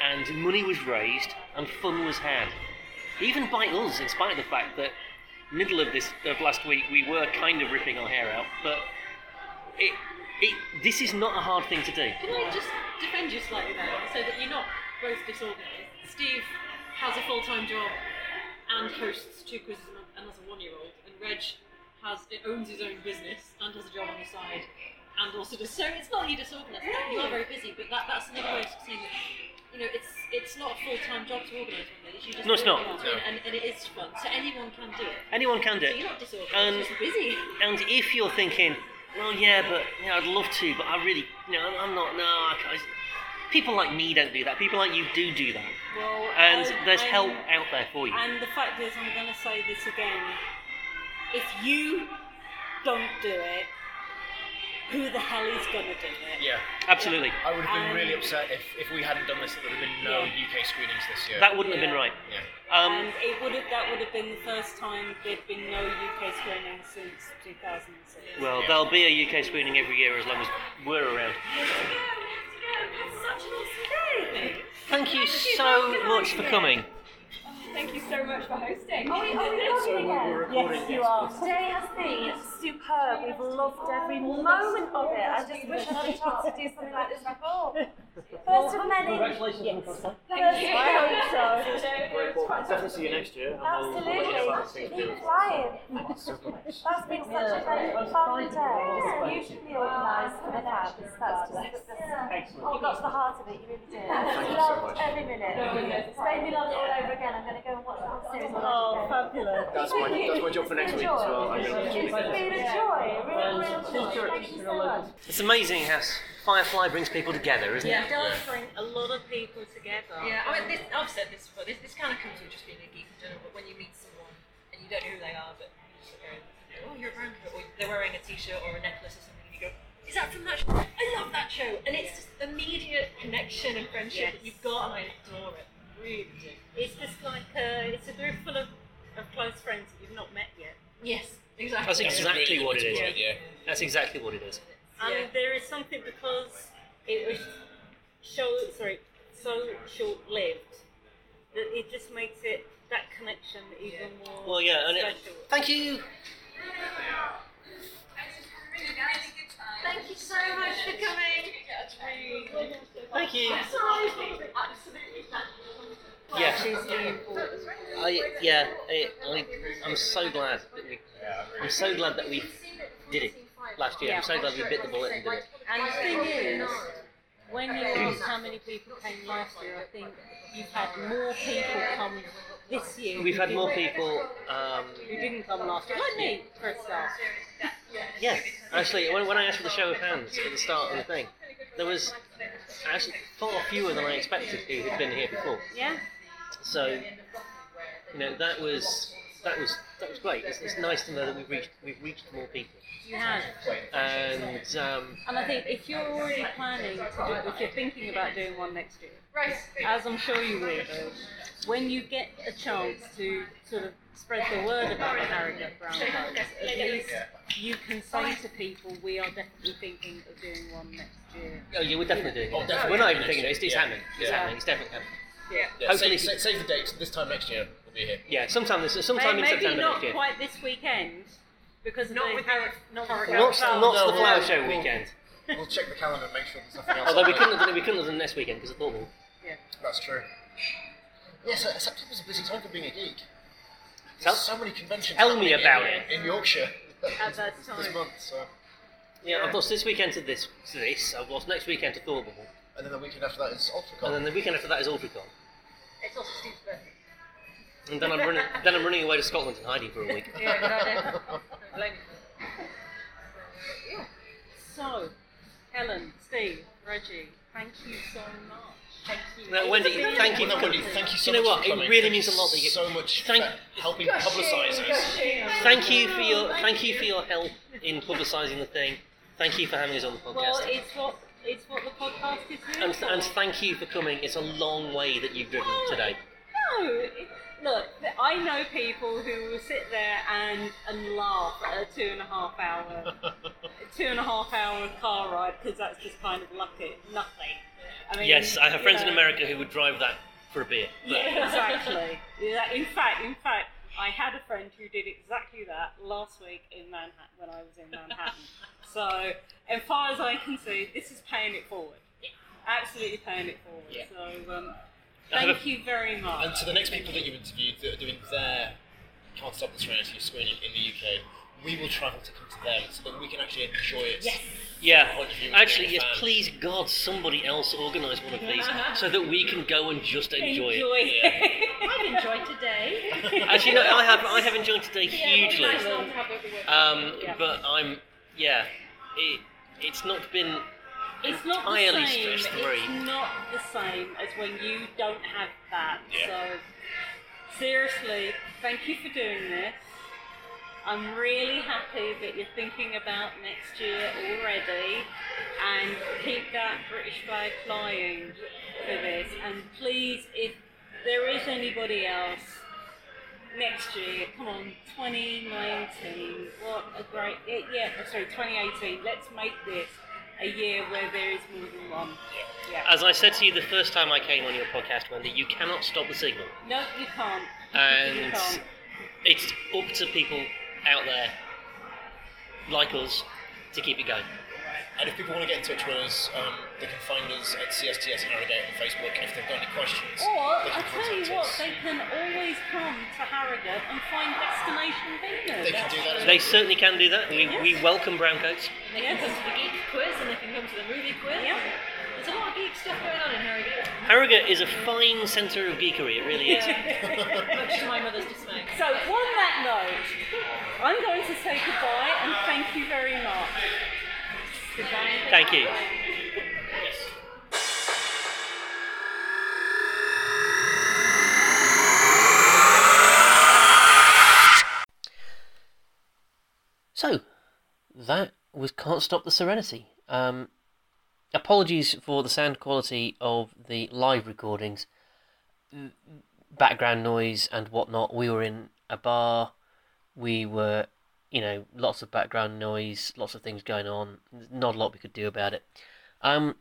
Speaker 2: and money was raised, and fun was had. Even by us, in spite of the fact that middle of this of last week we were kind of ripping our hair out, but it, it this is not a hard thing to do.
Speaker 9: Can I just defend you slightly there, so that you're not both disorganised? Steve has a full-time job and hosts two quizzes a month and has a one-year-old, and Reg has owns his own business and has a job on the side and also just so it's not that you're disorganised. You are very busy, but that, that's another way of saying that. You know, it's it's not a full time job to organise one of these. You just
Speaker 1: No, it's
Speaker 9: do it,
Speaker 1: not.
Speaker 9: you know what I mean? and, and it is fun, so anyone can do it.
Speaker 1: Anyone can do
Speaker 9: So
Speaker 1: it.
Speaker 9: you're not disorganised.
Speaker 1: And-
Speaker 9: you're just busy.
Speaker 1: And if you're thinking, well, yeah, but you know, I'd love to, but I really, you know, I'm not. No, I, can't." people like me don't do that. People like you do do that,
Speaker 10: Well,
Speaker 1: and
Speaker 10: I-
Speaker 1: there's
Speaker 10: I'm-
Speaker 1: help out there for you.
Speaker 10: And the fact is, I'm going to say this again. If you don't do it, who the hell is going to do it?
Speaker 7: Yeah,
Speaker 1: Absolutely,
Speaker 7: I would have been
Speaker 10: Um,
Speaker 7: really upset if, if we hadn't done this. There would have been no
Speaker 10: Yeah.
Speaker 7: UK screenings this year.
Speaker 1: that wouldn't have been right.
Speaker 7: yeah.
Speaker 1: Um,
Speaker 10: and it would have that would have been the first time there'd been no UK screening since 2006.
Speaker 1: well,
Speaker 7: Yeah.
Speaker 1: there'll be a UK screening every year as long as we're around. Thank you so much for coming.
Speaker 11: Thank you so much for hosting.
Speaker 5: Yes, you are. Today has been superb. We've loved every moment of it. I just wish I had a chance to do something like this before. First of many. Congratulations. Yes. First of I hope so.
Speaker 3: Definitely see you next year.
Speaker 5: Absolutely. Keep flying. That's been such a great fun day. Just beautifully organised for an app. That's just You got to the heart of it, you really did. Loved every minute. It's made me love it all over again. I'm going to go and watch the whole series all over again.
Speaker 10: fabulous!
Speaker 7: That's my that's my job for next week as well. I'm gonna watch it.
Speaker 5: It's been a joy, a real, real joy. Thank you so much.
Speaker 1: It's amazing how Firefly brings people together, isn't it?
Speaker 9: Yeah.
Speaker 1: Yeah.
Speaker 12: bring a lot of people together.
Speaker 9: Yeah, I mean, this, I've said this before. This, this kind of comes with just being a geek in general. But when you meet someone and you don't know who they are, but you just go, "Oh, you're a brown coat," or they're wearing a T-shirt or a necklace or something, and you go, "Is that from that show? I love that show!" And it's just immediate connection and friendship that you've got, and I adore it. Really do.
Speaker 5: It's just like a, it's a group full of, of close friends that you've not met yet.
Speaker 9: Yes, exactly.
Speaker 1: That's exactly what it is.
Speaker 9: Yeah.
Speaker 3: Yeah.
Speaker 1: That's exactly what it is.
Speaker 5: And
Speaker 9: Yeah.
Speaker 5: there is something because it was so sorry, so short lived that it just makes it that connection even more
Speaker 1: Well, yeah, and it,
Speaker 5: special.
Speaker 1: thank you.
Speaker 12: Thank you so much for coming.
Speaker 1: Thank you.
Speaker 12: Absolutely
Speaker 1: Yeah. I, yeah, I, I, I'm so glad that we, I'm so glad that we did it last year. I'm so glad we bit the bullet and did it.
Speaker 5: And the thing is, when you ask how many people came last year, I think you've had more people come this year.
Speaker 1: We've
Speaker 5: who
Speaker 1: had
Speaker 5: didn't-
Speaker 1: more people. Um,
Speaker 5: who didn't come last year, like me, for a start.
Speaker 1: yeah, actually, when, when I asked for the show of hands at the start of the thing, there was actually far fewer than I expected who had been here before.
Speaker 5: Yeah.
Speaker 1: So, you know, that was that was that was great. It's, it's nice to know that we've reached we've reached more people.
Speaker 5: You have.
Speaker 1: And um,
Speaker 5: And I think if you're already planning to do, if you're thinking about doing one next year, as I'm sure you will, do, when you get a chance to sort of spread the word about Harrogate Brown Coats, at least you can say to people, we are definitely thinking of doing one next year.
Speaker 1: oh yeah, we're definitely doing it.
Speaker 7: Oh, definitely.
Speaker 1: We're not even thinking it. It's, it's
Speaker 7: Yeah.
Speaker 1: happening. It's
Speaker 5: Yeah.
Speaker 1: happening. It's definitely happening.
Speaker 7: Yeah,
Speaker 1: Hopefully-
Speaker 7: save, save, save the date. This time next year, we'll be here.
Speaker 1: Yeah, sometime this sometime
Speaker 5: May-
Speaker 1: in
Speaker 5: maybe
Speaker 1: September
Speaker 5: not
Speaker 1: next year.
Speaker 5: quite this weekend, because of
Speaker 9: Not
Speaker 5: the
Speaker 9: with
Speaker 5: Harro- not
Speaker 1: Not,
Speaker 5: with Harrogate
Speaker 1: not
Speaker 5: Brown.
Speaker 1: the
Speaker 7: No,
Speaker 1: flower
Speaker 7: no,
Speaker 1: show
Speaker 7: no.
Speaker 1: weekend.
Speaker 7: We'll check the calendar and make sure there's nothing else.
Speaker 1: Although we
Speaker 7: happening.
Speaker 1: couldn't have done it, we couldn't have done it next weekend because of football.
Speaker 7: That's true. Yeah, so September's a busy time for being a geek. There's
Speaker 1: Tell-
Speaker 7: so many conventions.
Speaker 1: tell me
Speaker 7: happening
Speaker 1: about
Speaker 7: in, In Yorkshire.
Speaker 5: At that
Speaker 7: This
Speaker 5: time.
Speaker 7: month, so.
Speaker 1: Yeah, I've lost this weekend to this to this. I've lost next weekend to football,
Speaker 7: And then the weekend after that is Ultracon.
Speaker 1: and then the weekend after that is Ultracon.
Speaker 9: It's also Steve's birthday.
Speaker 1: And then I'm running then I'm running away to Scotland and hiding for a week.
Speaker 9: Yeah, good idea. Don't blame you.
Speaker 5: So, Helen, Steve, Reggie, thank you so much. Thank you.
Speaker 1: Now, Wendy, thank you.
Speaker 7: Well,
Speaker 1: For
Speaker 7: no, Wendy,
Speaker 1: coming.
Speaker 7: thank you so
Speaker 1: You know
Speaker 7: much
Speaker 1: what?
Speaker 7: for
Speaker 1: It
Speaker 7: coming.
Speaker 1: really
Speaker 7: Thank
Speaker 1: means a lot that you-
Speaker 7: so much
Speaker 1: Thank-
Speaker 7: for helping publicise us.
Speaker 1: Thank you for your thank you for your help in publicising the thing. Thank you for having us on the
Speaker 5: Well,
Speaker 1: podcast.
Speaker 5: it's what it's what the podcast is here
Speaker 1: And,
Speaker 5: for.
Speaker 1: and thank you for coming. It's a long way that you've driven today.
Speaker 5: no, it, look, th- I know people who will sit there and and laugh at a two and a half hour two and a half hour car ride because that's just kind of lucky, nothing. I mean,
Speaker 1: Yes, I have
Speaker 5: you
Speaker 1: friends in
Speaker 5: know.
Speaker 1: America who would drive that for a beer. But
Speaker 5: Yeah, exactly. Yeah, in fact, in fact, I had a friend who did exactly that last week in Manhattan when I was in Manhattan. so, as far as I can see, this is paying it forward. Absolutely paying it forward.
Speaker 1: Yeah.
Speaker 5: So, um,
Speaker 1: I have a-
Speaker 5: thank you very much.
Speaker 7: And to the next people that you interviewed that are doing their Can't Stop the Serenity screening in the UK, we will travel to come to them so that we can actually enjoy it.
Speaker 1: Yes.
Speaker 7: From the
Speaker 1: Yeah,
Speaker 7: point of view of
Speaker 1: actually,
Speaker 7: being
Speaker 1: yes,
Speaker 7: a fan.
Speaker 1: please God, somebody else organise one of these so that we can go and just enjoy,
Speaker 13: I've enjoyed today.
Speaker 1: it. Actually, no, I have, I have enjoyed today
Speaker 13: Yeah, it was
Speaker 1: hugely.
Speaker 13: nice not to have everyone.
Speaker 1: Um,
Speaker 13: Yeah.
Speaker 1: But I'm, yeah, it, it's not been
Speaker 5: It's not the
Speaker 1: entirely
Speaker 5: same.
Speaker 1: stress free.
Speaker 5: It's not the same as when you don't have that.
Speaker 1: Yeah.
Speaker 5: So, seriously, thank you for doing this. I'm really happy that you're thinking about next year already, and keep that British flag flying for this. And please, if there is anybody else next year, come on, 2019. What a great, yeah, yeah, oh, sorry, 2018. Let's make this a year where there is more than one. Yeah.
Speaker 1: As I said to you the first time I came on your podcast, Wendy, you cannot stop the signal.
Speaker 5: No, you can't. you
Speaker 1: And
Speaker 5: can't.
Speaker 1: it's up to people out there, like us, to keep it going.
Speaker 7: And if people want to get in touch with us, um, they can find us at CSTS Harrogate on Facebook. And if they've got any questions,
Speaker 5: Or,
Speaker 7: they can
Speaker 5: I tell
Speaker 7: contact
Speaker 5: you what,
Speaker 7: us.
Speaker 5: they can always come to Harrogate and find Destination Venus.
Speaker 7: They can do that as
Speaker 1: They certainly can do that. We, we welcome brown coats.
Speaker 13: They can come to the geek quiz and they can come to the movie quiz. There's a lot of geek stuff going on in Harrogate.
Speaker 1: Harrogate is a fine centre of geekery, it really is.
Speaker 13: Yeah. Much to my mother's dismay.
Speaker 5: So, on that note, I'm going to say goodbye and thank you very much. Goodbye.
Speaker 1: Thank you. So, that was Can't Stop the Serenity. Um, apologies for the sound quality of the live recordings, Mm, background noise and whatnot. We were in a bar, we were, you know, lots of background noise, lots of things going on, not a lot we could do about it. Um,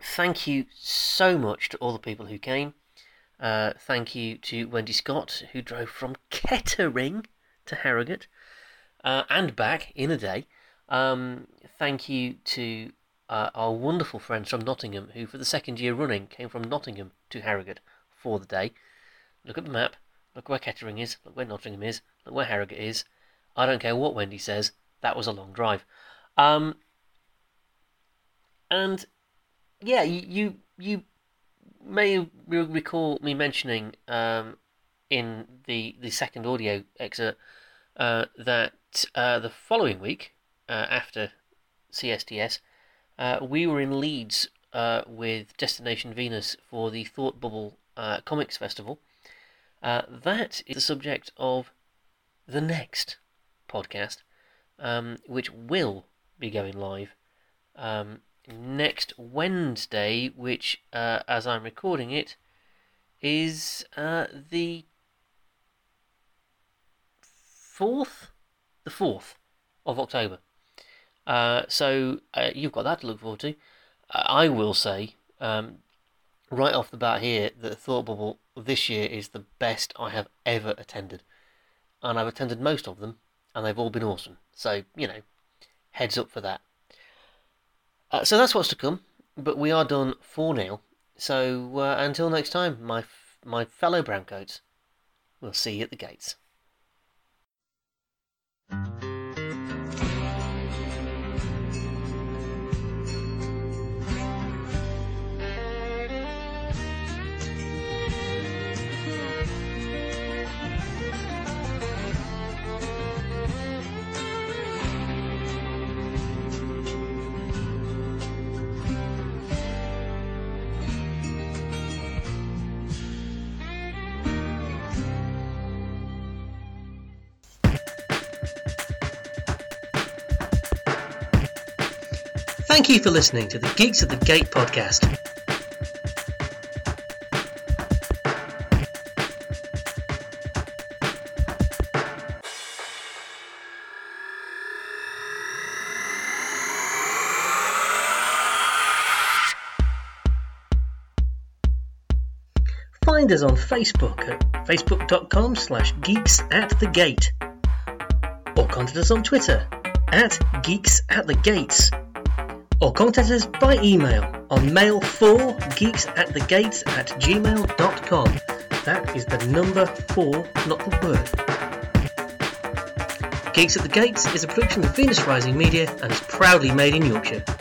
Speaker 1: thank you so much to all the people who came. Uh, thank you to Wendy Scott, who drove from Kettering to Harrogate uh, and back in a day. Um, thank you to uh, our wonderful friends from Nottingham, who for the second year running came from Nottingham to Harrogate for the day. Look at the map, look where Kettering is, look where Nottingham is, look where Harrogate is. I don't care what Wendy says, that was a long drive. Um, and yeah, you you, you may re- recall me mentioning um, in the the second audio excerpt uh, that uh, the following week uh, after CSTS, uh, we were in Leeds uh, with Destination Venus for the Thought Bubble uh, Comics Festival. Uh, that is the subject of the next podcast, um, which will be going live um, next Wednesday, which, uh, as I'm recording it, is uh, the fourth, the fourth of October. Uh, so uh, you've got that to look forward to. Uh, I will say um, right off the bat here that Thought Bubble this year is the best I have ever attended, and I've attended most of them, and they've all been awesome. So you know, heads up for that. Uh, so that's what's to come, but we are done for now. So uh, until next time, my f- my fellow browncoats, we'll see you at the gates. Thank you for listening to the Geeks at the Gate podcast. Find us on Facebook at facebook.com slash geeks at the gate or contact us on Twitter at geeks at the gates or contact us by email on mail4geeksatthegates at gmail.com. That is the number 4, not the word. Geeks at the Gates is a production of Venus Rising Media and is proudly made in Yorkshire.